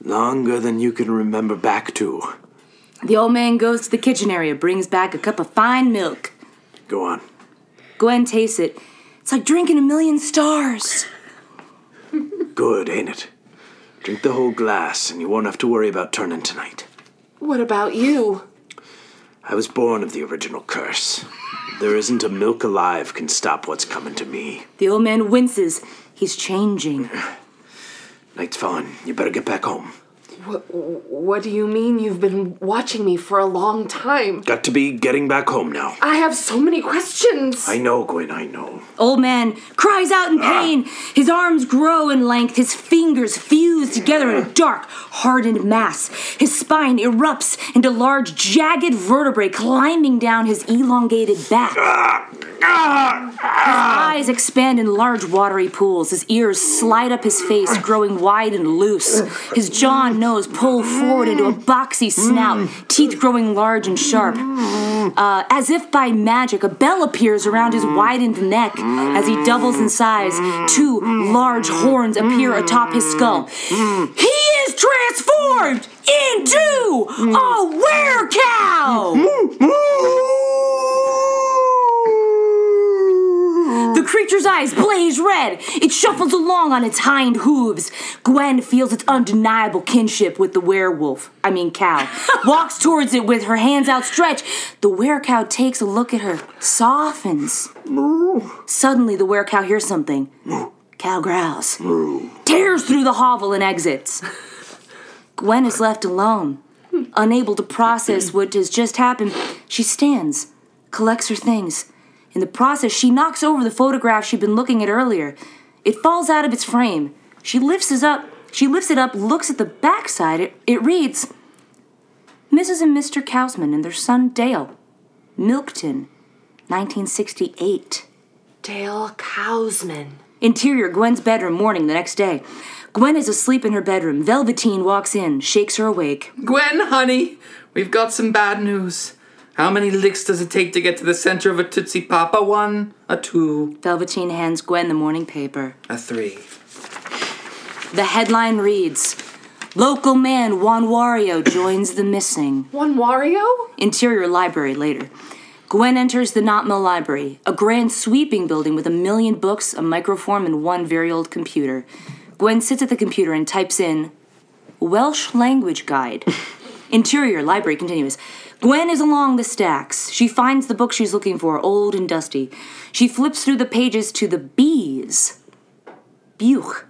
Speaker 7: Longer than you can remember back to.
Speaker 2: The old man goes to the kitchen area, brings back a cup of fine milk.
Speaker 7: Go on.
Speaker 2: Gwen tastes it. It's like drinking a million stars.
Speaker 7: Good, ain't it? Drink the whole glass and you won't have to worry about turning tonight.
Speaker 5: What about you?
Speaker 7: I was born of the original curse. There isn't a milk alive can stop what's coming to me.
Speaker 2: The old man winces.
Speaker 7: *laughs*
Speaker 2: He's changing.
Speaker 7: Night's falling. You better get back home.
Speaker 5: What, what do you mean you've been watching me for a long time?
Speaker 7: Got to be getting back home now.
Speaker 5: I have so many questions.
Speaker 7: I know, Gwen, I know.
Speaker 2: Old man cries out in pain. His arms grow in length, his fingers fuse together in a dark, hardened mass. His spine erupts into large, jagged vertebrae climbing down his elongated back. His eyes expand in large, watery pools. His ears slide up his face, growing wide and loose. His jaw and nose pull forward into a boxy snout, teeth growing large and sharp. Uh, as if by magic, a bell appears around his widened neck. As he doubles in size, two large horns appear atop his skull. He is transformed into a werecow! The creature's eyes blaze red. It shuffles along on its hind hooves. Gwen feels its undeniable kinship with the werewolf. I mean, cow. Walks towards it with her hands outstretched. The werecow takes a look at her, softens. Suddenly, the werecow hears something. Cow growls, tears through the hovel, and exits. Gwen is left alone. Unable to process what has just happened, she stands, collects her things. In the process, she knocks over the photograph she'd been looking at earlier. It falls out of its frame. She lifts it up. She lifts it up, looks at the backside. It, it reads Mrs. and Mr. Cowsman and their son Dale, Milkton, 1968.
Speaker 5: Dale Cowsman.
Speaker 2: Interior Gwen's bedroom, morning the next day. Gwen is asleep in her bedroom. Velveteen walks in, shakes her awake.
Speaker 8: Gwen, honey, we've got some bad news. How many licks does it take to get to the center of a Tootsie Pop? A one, a two,
Speaker 2: Velveteen hands Gwen the morning paper.
Speaker 8: a three.
Speaker 2: The headline reads Local man Juan Wario joins the missing.
Speaker 5: One Wario?
Speaker 2: Interior library later. Gwen enters the Not Mill Library, a grand sweeping building with a million books, a microform, and one very old computer. Gwen sits at the computer and types in Welsh language
Speaker 8: *laughs*
Speaker 2: guide. Interior library continuous. Gwen is along the stacks. She finds the book she's looking for, old and dusty. She flips through the pages to the bees. Buch.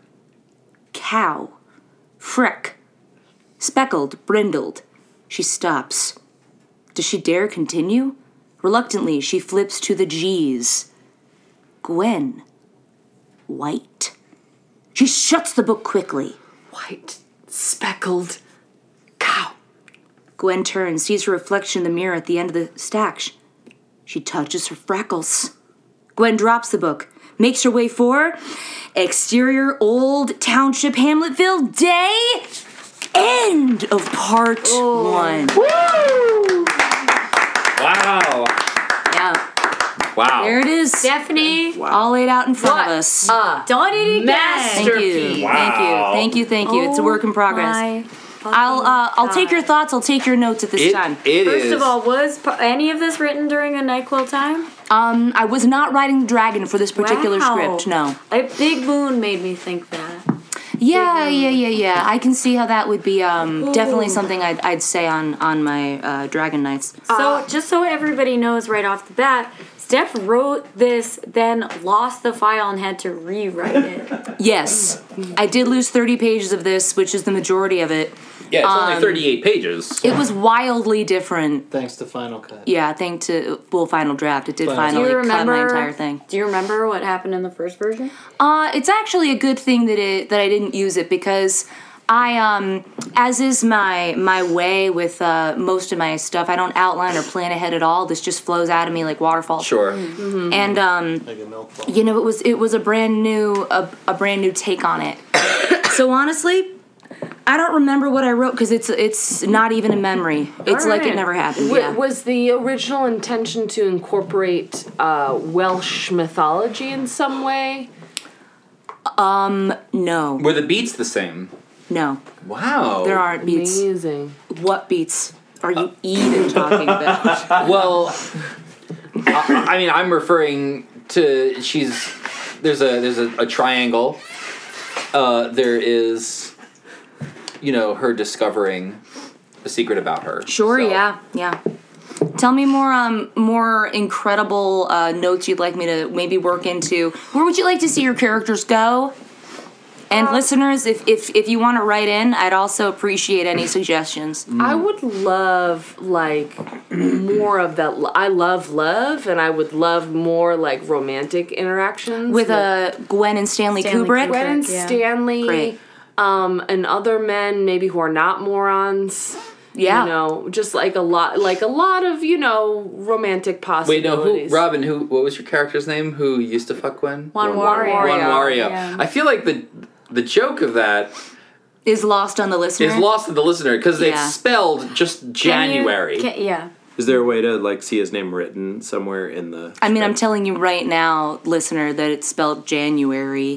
Speaker 2: Cow. Frick. Speckled, brindled. She stops. Does she dare continue? Reluctantly, she flips to the G's. Gwen. White. She shuts the book quickly.
Speaker 5: White, speckled cow.
Speaker 2: Gwen turns, sees her reflection in the mirror at the end of the stack. Sh- She touches her freckles. Gwen drops the book, makes her way for exterior old township Hamletville day. End of part one.
Speaker 6: Wow.
Speaker 2: Yeah, there
Speaker 6: Wow.
Speaker 2: it is.
Speaker 1: Stephanie,
Speaker 2: All laid out in front of us.
Speaker 1: don't eat again.
Speaker 2: Thank you. Thank you. Thank you. Thank you. It's a work in progress.
Speaker 1: Oh My
Speaker 2: I'll uh, I'll take your
Speaker 1: God.
Speaker 2: thoughts. I'll take your notes at this time.
Speaker 6: it
Speaker 1: First
Speaker 6: is-
Speaker 1: of all, was p- any of this written during a NyQuil time?
Speaker 2: Um, I was not writing the dragon for this particular
Speaker 1: Wow.
Speaker 2: script. No.
Speaker 1: A big moon made me think that.
Speaker 2: Yeah, yeah, yeah, yeah. I can see how that would be um, definitely something I'd, I'd say on on my uh, Dragon Knights.
Speaker 1: So, just so everybody knows right off the bat, Steph wrote this, then lost the file and had to rewrite *laughs* it.
Speaker 2: Yes, I did lose thirty pages of this, which is the majority of it.
Speaker 9: Yeah, it's
Speaker 2: Um,
Speaker 9: only 38 pages.
Speaker 2: It was wildly different.
Speaker 4: Thanks to Final Cut.
Speaker 2: Yeah, thank to well, final draft. It did
Speaker 4: Final- Do
Speaker 1: Do
Speaker 2: finally
Speaker 1: you
Speaker 2: cut
Speaker 1: remember
Speaker 2: my entire thing.
Speaker 1: Do you remember what happened in the first version?
Speaker 2: Uh, it's actually a good thing that it that I didn't use it because I um as is my my way with uh, most of my stuff. I don't outline or plan ahead at all. This just flows out of me like waterfall.
Speaker 9: Sure.
Speaker 2: And um,
Speaker 4: Like a milk bottle.
Speaker 2: you know it was it was a brand new a, a brand new take on it *coughs* so honestly i don't remember what i wrote because it's it's not even a memory it's like
Speaker 1: right.
Speaker 2: it never happened
Speaker 5: W-
Speaker 2: yeah.
Speaker 5: Was the original intention to incorporate uh, Welsh mythology in some way?
Speaker 2: no
Speaker 8: Were the beats the same?
Speaker 2: Um, no
Speaker 8: Wow.
Speaker 2: there aren't beats
Speaker 5: Amazing.
Speaker 2: what beats are you even talking about
Speaker 8: *laughs* Well, I, I mean, I'm referring to she's there's a there's a, a triangle. Uh, there is, you know, her discovering a secret about her.
Speaker 2: sure
Speaker 8: So-
Speaker 2: yeah yeah tell me more um more incredible uh, notes you'd like me to maybe work into where would you like to see your characters go
Speaker 1: Uh,
Speaker 2: and listeners if, if if you want to write in i'd also appreciate any suggestions
Speaker 5: I would love like more of that. lo- I love love, and I would love more like romantic interactions
Speaker 2: with uh, Gwen and Stanley,
Speaker 1: Stanley
Speaker 2: Kubrick.
Speaker 1: Kubrick.
Speaker 5: Gwen and
Speaker 1: Yeah.
Speaker 5: Stanley,
Speaker 2: Great.
Speaker 5: um, and other men maybe who are not morons.
Speaker 2: Yeah.
Speaker 5: you know, just like a lot, like a lot of you know romantic
Speaker 8: Wait, no, who,
Speaker 5: possibilities.
Speaker 8: Robin? Who? What was your character's name? Who used to fuck Gwen?
Speaker 1: Juan
Speaker 8: Wario.
Speaker 1: Wario.
Speaker 8: Juan Wario.
Speaker 1: Yeah.
Speaker 8: I feel like the the joke of that
Speaker 2: Is lost on the listener.
Speaker 8: is lost to the listener because
Speaker 2: Yeah.
Speaker 8: it's spelled just
Speaker 1: Can you-
Speaker 8: January.
Speaker 1: can- yeah.
Speaker 3: Is there a way to like see his name written somewhere in the?
Speaker 2: I mean, I'm telling you right now, listener, that it's spelled January.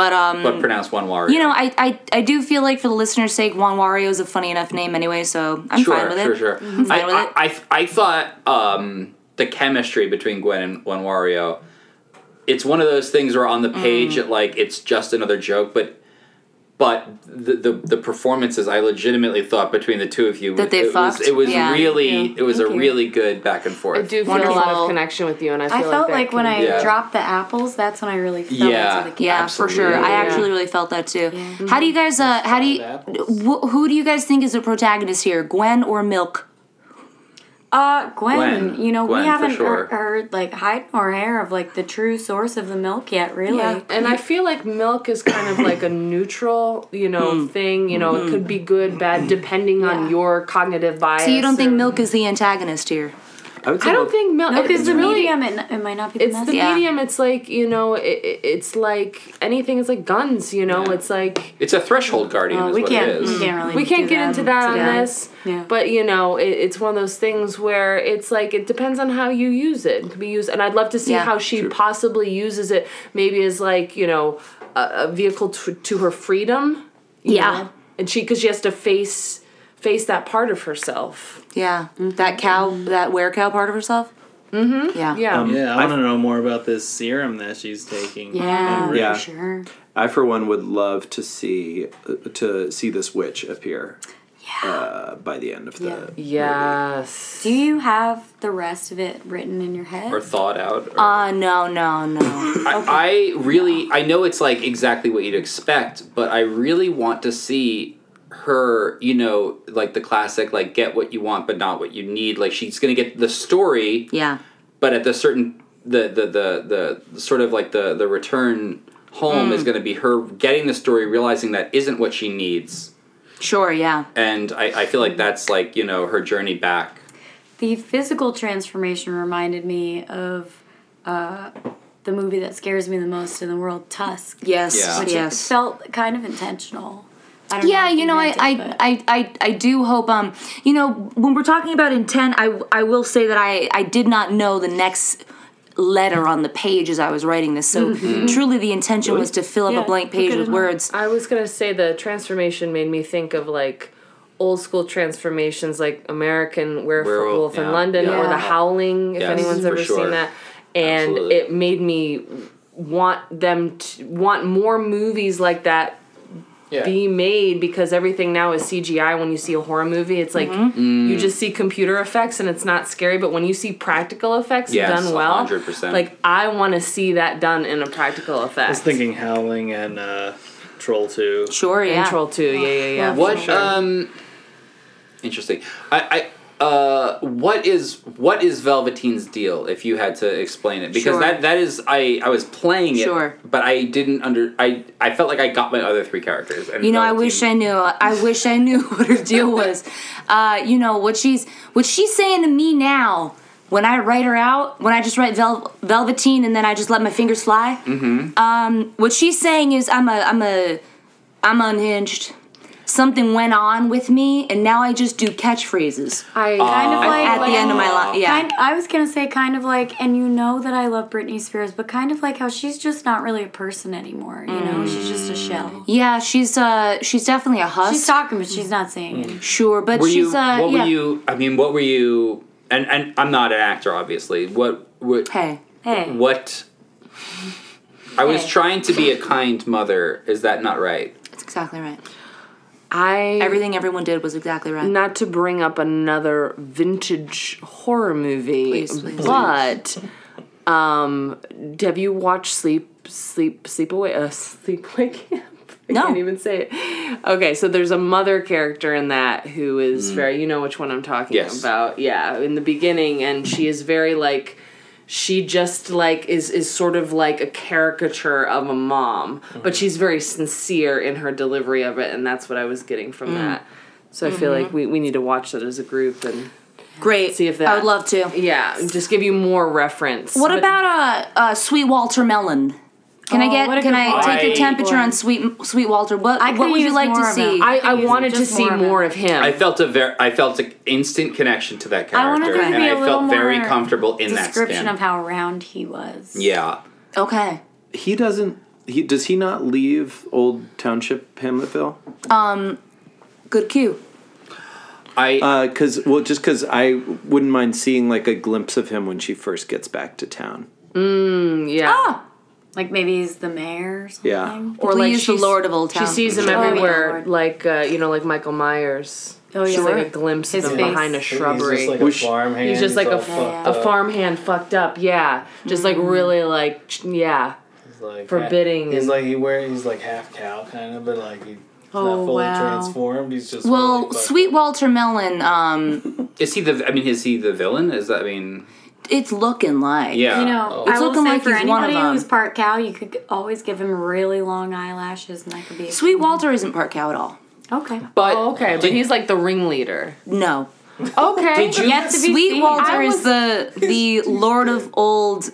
Speaker 2: But um,
Speaker 8: but pronounced Juan Wario.
Speaker 2: you know, I, I I do feel like for the listener's sake, Juan Wario is a funny enough name anyway, so I'm
Speaker 8: sure,
Speaker 2: fine with it.
Speaker 8: sure, sure. I,
Speaker 2: fine with it.
Speaker 8: I, I, I thought um, the chemistry between Gwen and Juan Wario. It's one of those things where
Speaker 2: Mm.
Speaker 8: on the page it like it's just another joke, but but the the, the performances I legitimately thought between the two of you
Speaker 2: That they
Speaker 8: it was,
Speaker 2: fucked?
Speaker 8: it was
Speaker 2: Yeah.
Speaker 8: really
Speaker 1: Yeah.
Speaker 8: it was
Speaker 1: Thank
Speaker 8: a
Speaker 1: you.
Speaker 8: really good back and forth.
Speaker 5: I do feel a
Speaker 2: Wonderful.
Speaker 5: lot of connection with you, and I
Speaker 1: I
Speaker 5: feel
Speaker 1: felt
Speaker 5: like,
Speaker 1: like when I
Speaker 8: Yeah.
Speaker 1: dropped the apples, that's when I really fell
Speaker 8: Yeah.
Speaker 1: into the
Speaker 2: Yeah, for sure.
Speaker 8: Absolutely. Mm-hmm.
Speaker 2: I
Speaker 8: Yeah.
Speaker 2: actually really felt that too. How do you guys? Uh, how do you? Wh- who do you guys think is the protagonist here, Gwen or Milk?
Speaker 1: Uh, Gwen,
Speaker 8: Gwen.
Speaker 1: you know,
Speaker 8: Gwen,
Speaker 1: we
Speaker 8: for
Speaker 1: haven't
Speaker 8: sure.
Speaker 1: heard, heard, like, hide nor hair of, like, the true source of the milk yet, really.
Speaker 5: And I feel like milk is kind of like a neutral, you know,
Speaker 2: Hmm.
Speaker 5: thing. You know, it could be good, bad, depending on your cognitive bias.
Speaker 2: So you don't think
Speaker 5: and-
Speaker 2: Milk is the antagonist here?
Speaker 3: I, would say
Speaker 5: I don't
Speaker 3: both-
Speaker 5: think milk.
Speaker 1: No, because
Speaker 5: it's
Speaker 1: the
Speaker 5: really,
Speaker 1: medium, it, it might not be the
Speaker 5: It's the
Speaker 1: message.
Speaker 2: Yeah.
Speaker 5: medium. It's like you know, it, it- it's like anything. It's like guns. You know,
Speaker 8: Yeah.
Speaker 5: it's like
Speaker 8: it's a threshold guardian.
Speaker 2: Oh,
Speaker 1: Uh,
Speaker 8: is
Speaker 1: we
Speaker 8: what it
Speaker 1: can't,
Speaker 8: is.
Speaker 1: we can't really
Speaker 5: we can't
Speaker 1: do
Speaker 5: get into that on
Speaker 1: today.
Speaker 5: this.
Speaker 1: Yeah.
Speaker 5: But you know, it, it's one of those things where it's like it depends on how you use it. It could be used, and I'd love to see
Speaker 2: Yeah.
Speaker 5: how she possibly uses it. Maybe as like you know, a, a vehicle to, to her freedom. you know? and she because she has to face face that part of herself. Mm-hmm.
Speaker 2: Yeah, that cow, that were cow part of herself. Mm-hmm. Yeah.
Speaker 5: Yeah,
Speaker 8: Um,
Speaker 4: Yeah, I want to know more about this serum that she's taking.
Speaker 1: Yeah,
Speaker 4: And-
Speaker 3: Yeah.
Speaker 1: for sure.
Speaker 3: I for one would love to see uh, to see this witch appear. Uh, by the end of the
Speaker 1: Yeah.
Speaker 5: yes.
Speaker 1: Do you have the rest of it written in your head?
Speaker 8: Or thought out. Or,
Speaker 2: Uh, no, no, no.
Speaker 8: I, I really, I know it's like exactly what you'd expect, but I really want to see her, you know, like the classic, like get what you want but not what you need. Like she's gonna get the story,
Speaker 2: yeah.
Speaker 8: but at the certain, the the the the sort of like the the return home is gonna be her getting the story, realizing that isn't what she needs,
Speaker 2: Sure, yeah.
Speaker 8: and I, I feel like that's like you know her journey back.
Speaker 1: The physical transformation reminded me of uh, the movie that scares me the most in the world, Tusk.
Speaker 2: Yes,
Speaker 8: Yeah.
Speaker 1: Which
Speaker 2: yes.
Speaker 1: it felt kind of intentional. I don't
Speaker 2: yeah,
Speaker 1: if
Speaker 2: you know, I,
Speaker 1: meant it,
Speaker 2: I,
Speaker 1: but-
Speaker 2: I, I, I do hope, um, you know, when we're talking about intent, I, I will say that I, I did not know the next letter on the page as I was writing this. So truly the intention was to fill up
Speaker 1: Mm-hmm. Yeah,
Speaker 2: a blank
Speaker 1: look
Speaker 2: page
Speaker 1: at
Speaker 2: with
Speaker 1: it.
Speaker 2: words.
Speaker 5: I was gonna say the transformation made me think of like old school transformations like American Werewolf,
Speaker 8: Werewolf,
Speaker 5: Wolf in
Speaker 8: yeah,
Speaker 5: London
Speaker 8: yeah.
Speaker 5: or The Howling, if
Speaker 8: Yes,
Speaker 5: anyone's
Speaker 8: for
Speaker 5: ever
Speaker 8: sure.
Speaker 5: seen that. And
Speaker 8: Absolutely.
Speaker 5: it made me want them to want more movies like that
Speaker 8: Yeah.
Speaker 5: be made because everything now is CGI. When you see a horror movie, it's like
Speaker 8: Mm.
Speaker 5: you just see computer effects and it's not scary. But when you see practical effects
Speaker 8: Yes,
Speaker 5: done well,
Speaker 8: 100%.
Speaker 5: like I want to see that done in a practical effect.
Speaker 4: I was thinking Howling and uh, Troll 2.
Speaker 2: Sure, yeah.
Speaker 5: And Troll Two, yeah, yeah, yeah.
Speaker 8: What um interesting. I I uh what is what is Velveteen's deal if you had to explain it? Because
Speaker 2: Sure.
Speaker 8: that that is I I was playing it
Speaker 2: Sure.
Speaker 8: but I didn't under I I felt like I got my other three characters and
Speaker 2: You know, I wish I
Speaker 8: Velveteen-
Speaker 2: knew. I wish I knew *laughs* what her deal was. Uh, you know what she's what she's saying to me now. When I write her out, when I just write Vel- Velveteen and then I just let my fingers fly. Mm-hmm. Um, what she's saying is I'm a I'm a I'm unhinged. Something went on with me, and now I just do catchphrases
Speaker 1: Uh, I kind of like
Speaker 2: at the end of my life. Yeah.
Speaker 1: Kind, I was gonna say kind of like, and you know that I love Britney Spears, but kind of like how she's just not really a person anymore. You know, she's just a shell.
Speaker 2: yeah, she's uh she's definitely a husk.
Speaker 1: She's talking, but she's not saying anything.
Speaker 2: sure, but
Speaker 8: were
Speaker 2: she's
Speaker 8: you,
Speaker 2: uh
Speaker 8: what
Speaker 2: yeah.
Speaker 8: were you I mean what were you and and I'm not an actor obviously. What what
Speaker 2: Hey.
Speaker 1: Hey,
Speaker 8: what I was
Speaker 2: Hey.
Speaker 8: trying to be a kind mother. Is that not right?
Speaker 2: That's exactly right.
Speaker 5: I
Speaker 2: Everything everyone did was exactly right.
Speaker 5: not to bring up another vintage horror movie,
Speaker 2: Please, please.
Speaker 5: but um, have you watched Sleep Sleep Sleep Away uh, Sleepaway Camp? *laughs* I
Speaker 2: No.
Speaker 5: can't even say it. Okay, so there's a mother character in that who is very you know which one I'm talking
Speaker 8: Yes.
Speaker 5: about. Yeah, in the beginning and she is very like she just like is is sort of like a caricature of a mom,
Speaker 4: Mm-hmm.
Speaker 5: but she's very sincere in her delivery of it and that's what I was getting
Speaker 4: Mm.
Speaker 5: from that. So I feel
Speaker 4: Mm-hmm.
Speaker 5: like we, we need to watch that as a group and
Speaker 2: Great.
Speaker 5: See if that-
Speaker 2: I would love to.
Speaker 5: yeah, just give you more reference.
Speaker 2: What
Speaker 5: But-
Speaker 2: about a uh, uh, sweet Walter melon? Can I
Speaker 1: Oh, what a
Speaker 2: get? Can
Speaker 1: good
Speaker 2: I
Speaker 1: one.
Speaker 2: take your temperature on sweet sweet Walter? What
Speaker 1: I could
Speaker 2: What would you
Speaker 1: use
Speaker 2: like to
Speaker 1: more of
Speaker 2: see?
Speaker 1: him.
Speaker 5: I, I
Speaker 1: He's
Speaker 5: wanted to
Speaker 1: just
Speaker 5: see
Speaker 1: more of a-
Speaker 5: more of him.
Speaker 8: I felt a very, I felt an instant connection to
Speaker 2: Mm.
Speaker 8: that
Speaker 1: I wanted
Speaker 8: character,
Speaker 1: there to
Speaker 8: and
Speaker 1: be a
Speaker 8: I
Speaker 1: little
Speaker 8: felt
Speaker 1: more
Speaker 8: very comfortable in that
Speaker 1: description
Speaker 8: skin.
Speaker 1: of how round he was.
Speaker 8: yeah,
Speaker 2: okay.
Speaker 3: He doesn't. He does he not leave Old Township Hamletville?
Speaker 2: Um, Good cue.
Speaker 8: I
Speaker 3: Because Uh, well, just because I wouldn't mind seeing like a glimpse of him when she first gets back to town.
Speaker 8: Mm,
Speaker 5: yeah.
Speaker 1: Ah! Like maybe he's the mayor or something.
Speaker 3: Yeah.
Speaker 2: Or
Speaker 5: like
Speaker 2: Please, the
Speaker 5: she's-
Speaker 2: Lord of Old Town.
Speaker 5: She sees him
Speaker 1: Oh, yeah.
Speaker 5: everywhere,
Speaker 1: Lord.
Speaker 5: like uh, you know, like Michael Myers.
Speaker 1: Oh, yeah.
Speaker 5: She's like a
Speaker 1: Sure.
Speaker 5: glimpse
Speaker 1: His
Speaker 5: of him
Speaker 1: face.
Speaker 5: behind a
Speaker 1: He's
Speaker 5: shrubbery.
Speaker 4: He's just like a
Speaker 3: We sh-
Speaker 4: farmhand.
Speaker 5: He's just like a,
Speaker 4: all
Speaker 5: f-
Speaker 4: fucked
Speaker 5: a
Speaker 4: up.
Speaker 5: farmhand fucked up, yeah. Just like really like ch- yeah.
Speaker 4: He's like
Speaker 5: forbidding
Speaker 4: He's
Speaker 5: and-
Speaker 4: like he wear. He's like half cow kind of, but like he's
Speaker 1: Oh,
Speaker 4: not fully
Speaker 1: wow.
Speaker 4: transformed. He's just really
Speaker 2: well,
Speaker 4: fucked
Speaker 2: sweet Walter melon. Um,
Speaker 8: is he the? I mean, is he the villain? Is that? I mean,
Speaker 2: it's looking like.
Speaker 8: yeah.
Speaker 1: You know,
Speaker 2: It's
Speaker 1: I will
Speaker 2: looking
Speaker 1: say
Speaker 2: like
Speaker 1: for
Speaker 2: he's one of
Speaker 1: anybody who's
Speaker 2: them.
Speaker 1: part cow, you could always give him really long eyelashes, and that could be
Speaker 2: Sweet Walter isn't part cow at all.
Speaker 1: Okay,
Speaker 8: but
Speaker 5: Oh, okay, but
Speaker 8: did,
Speaker 5: he's like the ringleader.
Speaker 2: No.
Speaker 5: Okay.
Speaker 8: did you?
Speaker 1: Yet to be
Speaker 2: Sweet
Speaker 1: seen.
Speaker 2: Walter
Speaker 1: I
Speaker 2: is the the Lord of Old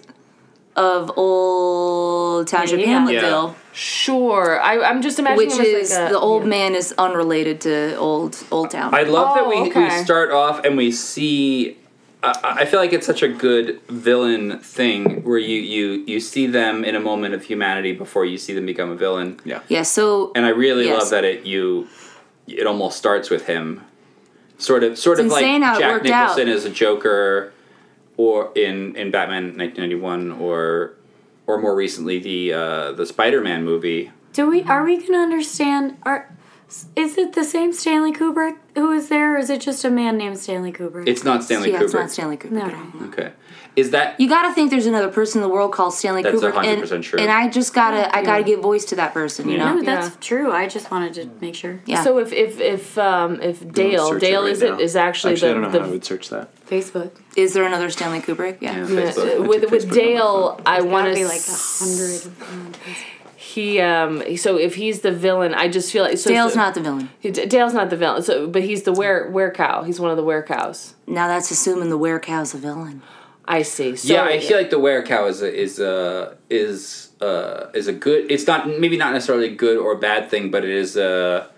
Speaker 2: of Old Township
Speaker 1: Yeah.
Speaker 2: Hamletville,
Speaker 5: Sure. I I'm just imagining
Speaker 2: which
Speaker 5: him as, like,
Speaker 2: is
Speaker 5: a-
Speaker 2: the old man is unrelated to Old Old Town.
Speaker 8: I love that
Speaker 5: Oh,
Speaker 8: we we
Speaker 5: okay.
Speaker 8: start off and we see. I, I- I feel like it's such a good villain thing where you you you see them in a moment of humanity before you see them become a villain.
Speaker 3: Yeah.
Speaker 2: yeah. So
Speaker 8: and I really
Speaker 2: Yes.
Speaker 8: love that it you it almost starts with him, sort of sort
Speaker 2: It's
Speaker 8: of like
Speaker 2: insane how it
Speaker 8: Jack
Speaker 2: worked
Speaker 8: Nicholson
Speaker 2: out.
Speaker 8: as a Joker, or in in Batman nineteen ninety one, or or more recently the uh, the Spider Man movie.
Speaker 1: do
Speaker 2: Mm-hmm.
Speaker 1: we? Are we gonna understand? Are is it the same Stanley Kubrick who is there, or is it just a man named Stanley Kubrick?
Speaker 8: It's not Stanley
Speaker 2: yeah,
Speaker 8: Kubrick.
Speaker 2: it's not Stanley Kubrick.
Speaker 1: no,
Speaker 2: at all.
Speaker 1: no.
Speaker 8: Okay, is that
Speaker 2: You gotta think there's another person in the world called Stanley
Speaker 8: That's
Speaker 2: Kubrick,
Speaker 8: 100%
Speaker 2: and,
Speaker 8: true.
Speaker 2: and I just gotta I gotta give voice to that person. You
Speaker 8: Yeah.
Speaker 2: know,
Speaker 1: No, that's true. I just wanted to make sure.
Speaker 2: yeah.
Speaker 5: So if if if um if
Speaker 3: search
Speaker 5: Dale
Speaker 3: it
Speaker 5: Dale
Speaker 3: right
Speaker 5: is it
Speaker 3: now.
Speaker 5: is actually,
Speaker 3: Actually, I don't
Speaker 5: the,
Speaker 3: know
Speaker 5: the
Speaker 3: how I would search that.
Speaker 1: Facebook.
Speaker 2: is there another Stanley Kubrick? Yeah.
Speaker 5: Yeah,
Speaker 8: Facebook.
Speaker 5: with with Dale, I want
Speaker 1: Gotta
Speaker 5: to
Speaker 1: be like a hundred.
Speaker 5: He um. So if he's the villain, I just feel like so
Speaker 2: Dale's
Speaker 5: so-
Speaker 2: not the villain.
Speaker 5: He- D- Dale's not the villain. So, but he's the were were cow. He's one of the were cows.
Speaker 2: Now that's assuming the werewolf's a villain.
Speaker 5: I see. So,
Speaker 8: yeah, I feel like the werecow is a, is a, is uh is a good. It's not maybe not necessarily a good or bad thing, but it is a.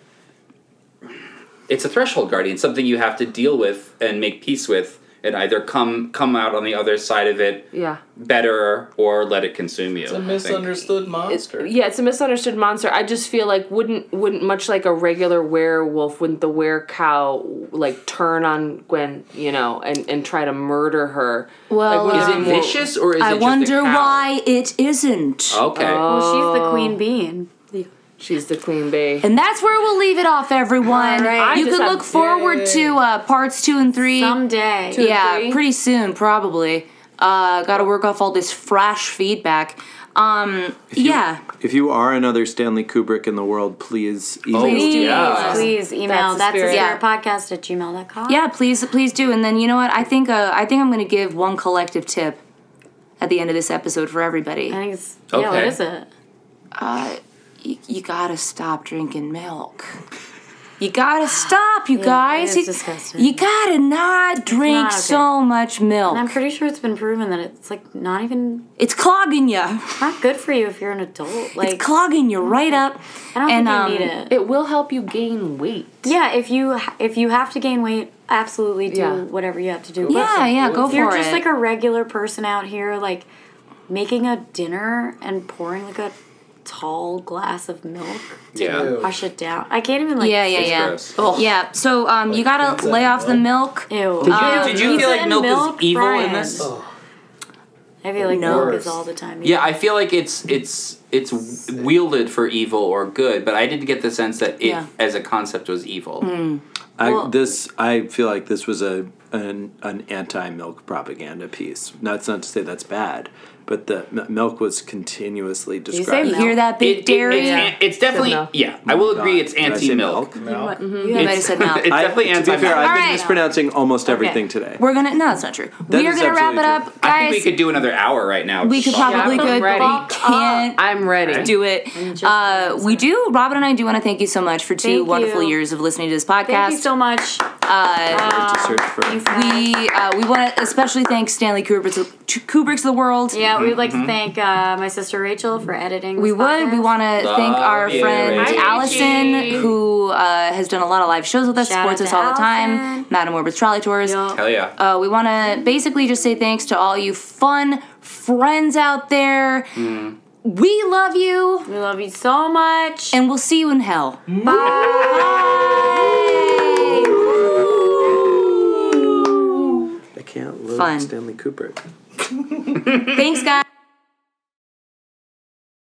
Speaker 8: It's a threshold guardian, something you have to deal with and make peace with, and either come come out on the other side of it
Speaker 5: Yeah.
Speaker 8: better or let it consume you.
Speaker 4: up.
Speaker 8: I
Speaker 4: a
Speaker 8: think.
Speaker 4: misunderstood monster.
Speaker 5: Yeah, it's a misunderstood monster. I just feel like wouldn't wouldn't much like a regular werewolf, wouldn't the were cow like turn on Gwen, you know, and and try to murder her?
Speaker 2: Well, um,
Speaker 5: like,
Speaker 8: Is
Speaker 5: wouldn't
Speaker 8: it
Speaker 5: more-
Speaker 8: vicious or is it
Speaker 2: I
Speaker 8: just a
Speaker 2: wonder
Speaker 8: cow?
Speaker 2: why it isn't.
Speaker 5: Oh.
Speaker 8: Okay.
Speaker 1: Well, she's the queen bean.
Speaker 5: She's the queen bee.
Speaker 2: And that's where we'll leave it off, everyone.
Speaker 1: right.
Speaker 2: You
Speaker 1: I just
Speaker 2: can
Speaker 1: have-
Speaker 2: look forward to uh, parts two and three.
Speaker 1: Someday.
Speaker 5: and
Speaker 2: yeah,
Speaker 5: three?
Speaker 2: pretty soon, probably. Uh, Got to work off all this fresh feedback. Um, yeah,
Speaker 4: If you are another Stanley Kubrick in the world, please email
Speaker 8: Oh,
Speaker 2: please do.
Speaker 1: Please email that's,
Speaker 5: That's the
Speaker 1: a spirit
Speaker 5: spirit.
Speaker 1: podcast at gmail.com.
Speaker 2: Yeah, please, please do. And then you know what? I think uh, I think I'm going to give one collective tip at the end of this episode for everybody.
Speaker 1: I think it's, yeah, what
Speaker 10: Okay.
Speaker 1: is it?
Speaker 2: you, you gotta stop drinking milk. You gotta stop, you guys.
Speaker 1: it's
Speaker 2: You-
Speaker 1: disgusting.
Speaker 2: You gotta not drink
Speaker 1: okay.
Speaker 2: so much milk.
Speaker 1: I'm pretty sure it's been proven that it's like not even
Speaker 2: it's clogging you.
Speaker 1: not good for you if you're an adult. Like
Speaker 2: It's clogging you right up.
Speaker 1: I don't
Speaker 2: and,
Speaker 1: think
Speaker 2: um,
Speaker 1: you need it.
Speaker 5: It will help you gain weight.
Speaker 1: Yeah, if you ha- if you have to gain weight, absolutely do
Speaker 5: Yeah.
Speaker 1: whatever you have to do.
Speaker 2: Yeah, yeah, go
Speaker 1: If you're
Speaker 2: for
Speaker 1: just
Speaker 2: it.
Speaker 1: like a regular person out here, like making a dinner and pouring like a tall glass of milk to
Speaker 10: Yeah.
Speaker 1: wash it down. I can't even like
Speaker 2: yeah, yeah,
Speaker 1: sit-
Speaker 2: yeah.
Speaker 10: gross.
Speaker 2: Yeah. So um, you gotta lay off the milk. Um,
Speaker 1: Ew.
Speaker 8: Did you, did you
Speaker 1: Pizza
Speaker 8: feel like
Speaker 1: and
Speaker 8: milk,
Speaker 1: milk,
Speaker 8: is evil
Speaker 1: Brian.
Speaker 8: in this?
Speaker 4: Oh,
Speaker 1: I feel like milk is
Speaker 10: Worse.
Speaker 1: all the time.
Speaker 8: Yeah, I feel like it's it's it's wielded for evil or good, but I didn't get the sense that it
Speaker 2: Yeah.
Speaker 8: as a concept was evil.
Speaker 6: Mm.
Speaker 4: I,
Speaker 1: Well-
Speaker 4: this I feel like this was a an, an anti-milk propaganda piece. That's not to say that's bad, but the m- milk was continuously
Speaker 1: you
Speaker 4: described. Oh
Speaker 1: say
Speaker 2: You
Speaker 1: milk?
Speaker 2: hear that
Speaker 8: It-
Speaker 2: big
Speaker 8: it-
Speaker 2: dairy?
Speaker 8: it's, an- it's definitely
Speaker 5: Milk.
Speaker 8: yeah. I will agree. It's
Speaker 4: Did I say
Speaker 8: anti-milk.
Speaker 4: milk?
Speaker 1: What?
Speaker 2: You might
Speaker 8: *laughs*
Speaker 2: have said milk.
Speaker 8: It's
Speaker 4: I-
Speaker 8: definitely
Speaker 4: to be
Speaker 8: anti-milk.
Speaker 4: fair, I've
Speaker 2: All
Speaker 4: been
Speaker 2: right.
Speaker 4: mispronouncing almost everything today.
Speaker 2: We're gonna. No, that's not true. we are
Speaker 4: is
Speaker 2: gonna wrap it
Speaker 4: absolutely
Speaker 2: up,
Speaker 4: true.
Speaker 2: guys.
Speaker 8: I think we could do another hour right now.
Speaker 2: We could
Speaker 8: Fuck.
Speaker 2: probably
Speaker 5: Yeah, I'm
Speaker 2: good,
Speaker 5: ready.
Speaker 2: but we can't.
Speaker 5: I'm ready.
Speaker 2: do it. Uh, we do. Robin and I do want to thank you so much for two
Speaker 1: Thank
Speaker 2: wonderful
Speaker 1: you.
Speaker 2: years of listening to this podcast.
Speaker 1: Thank you so much.
Speaker 2: uh,
Speaker 4: I had to search for-
Speaker 2: we uh, we want to especially thank Stanley Kubrick's, Kubrick's of the world.
Speaker 1: Yeah, we'd like to thank uh, my sister Rachel for editing.
Speaker 2: We
Speaker 1: this
Speaker 2: would. We
Speaker 1: podcast.
Speaker 2: want to thank our
Speaker 8: you,
Speaker 2: friend
Speaker 5: Hi,
Speaker 8: Rachel.
Speaker 5: Rachel.
Speaker 2: Allison, who uh, has done a lot of live shows with us,
Speaker 1: Shout
Speaker 2: supports
Speaker 1: out
Speaker 2: us
Speaker 1: to
Speaker 2: all the time.
Speaker 1: Allison.
Speaker 2: Madam Orbit's Trolley Tours.
Speaker 1: Yeah.
Speaker 8: Hell yeah.
Speaker 2: Uh, we want to basically just say thanks to all you fun friends out there. We love you,
Speaker 1: We love you so much.
Speaker 2: and we'll see you in hell.
Speaker 4: I can't love
Speaker 2: Fun.
Speaker 4: Stanley Kubrick.
Speaker 2: Thanks, guys.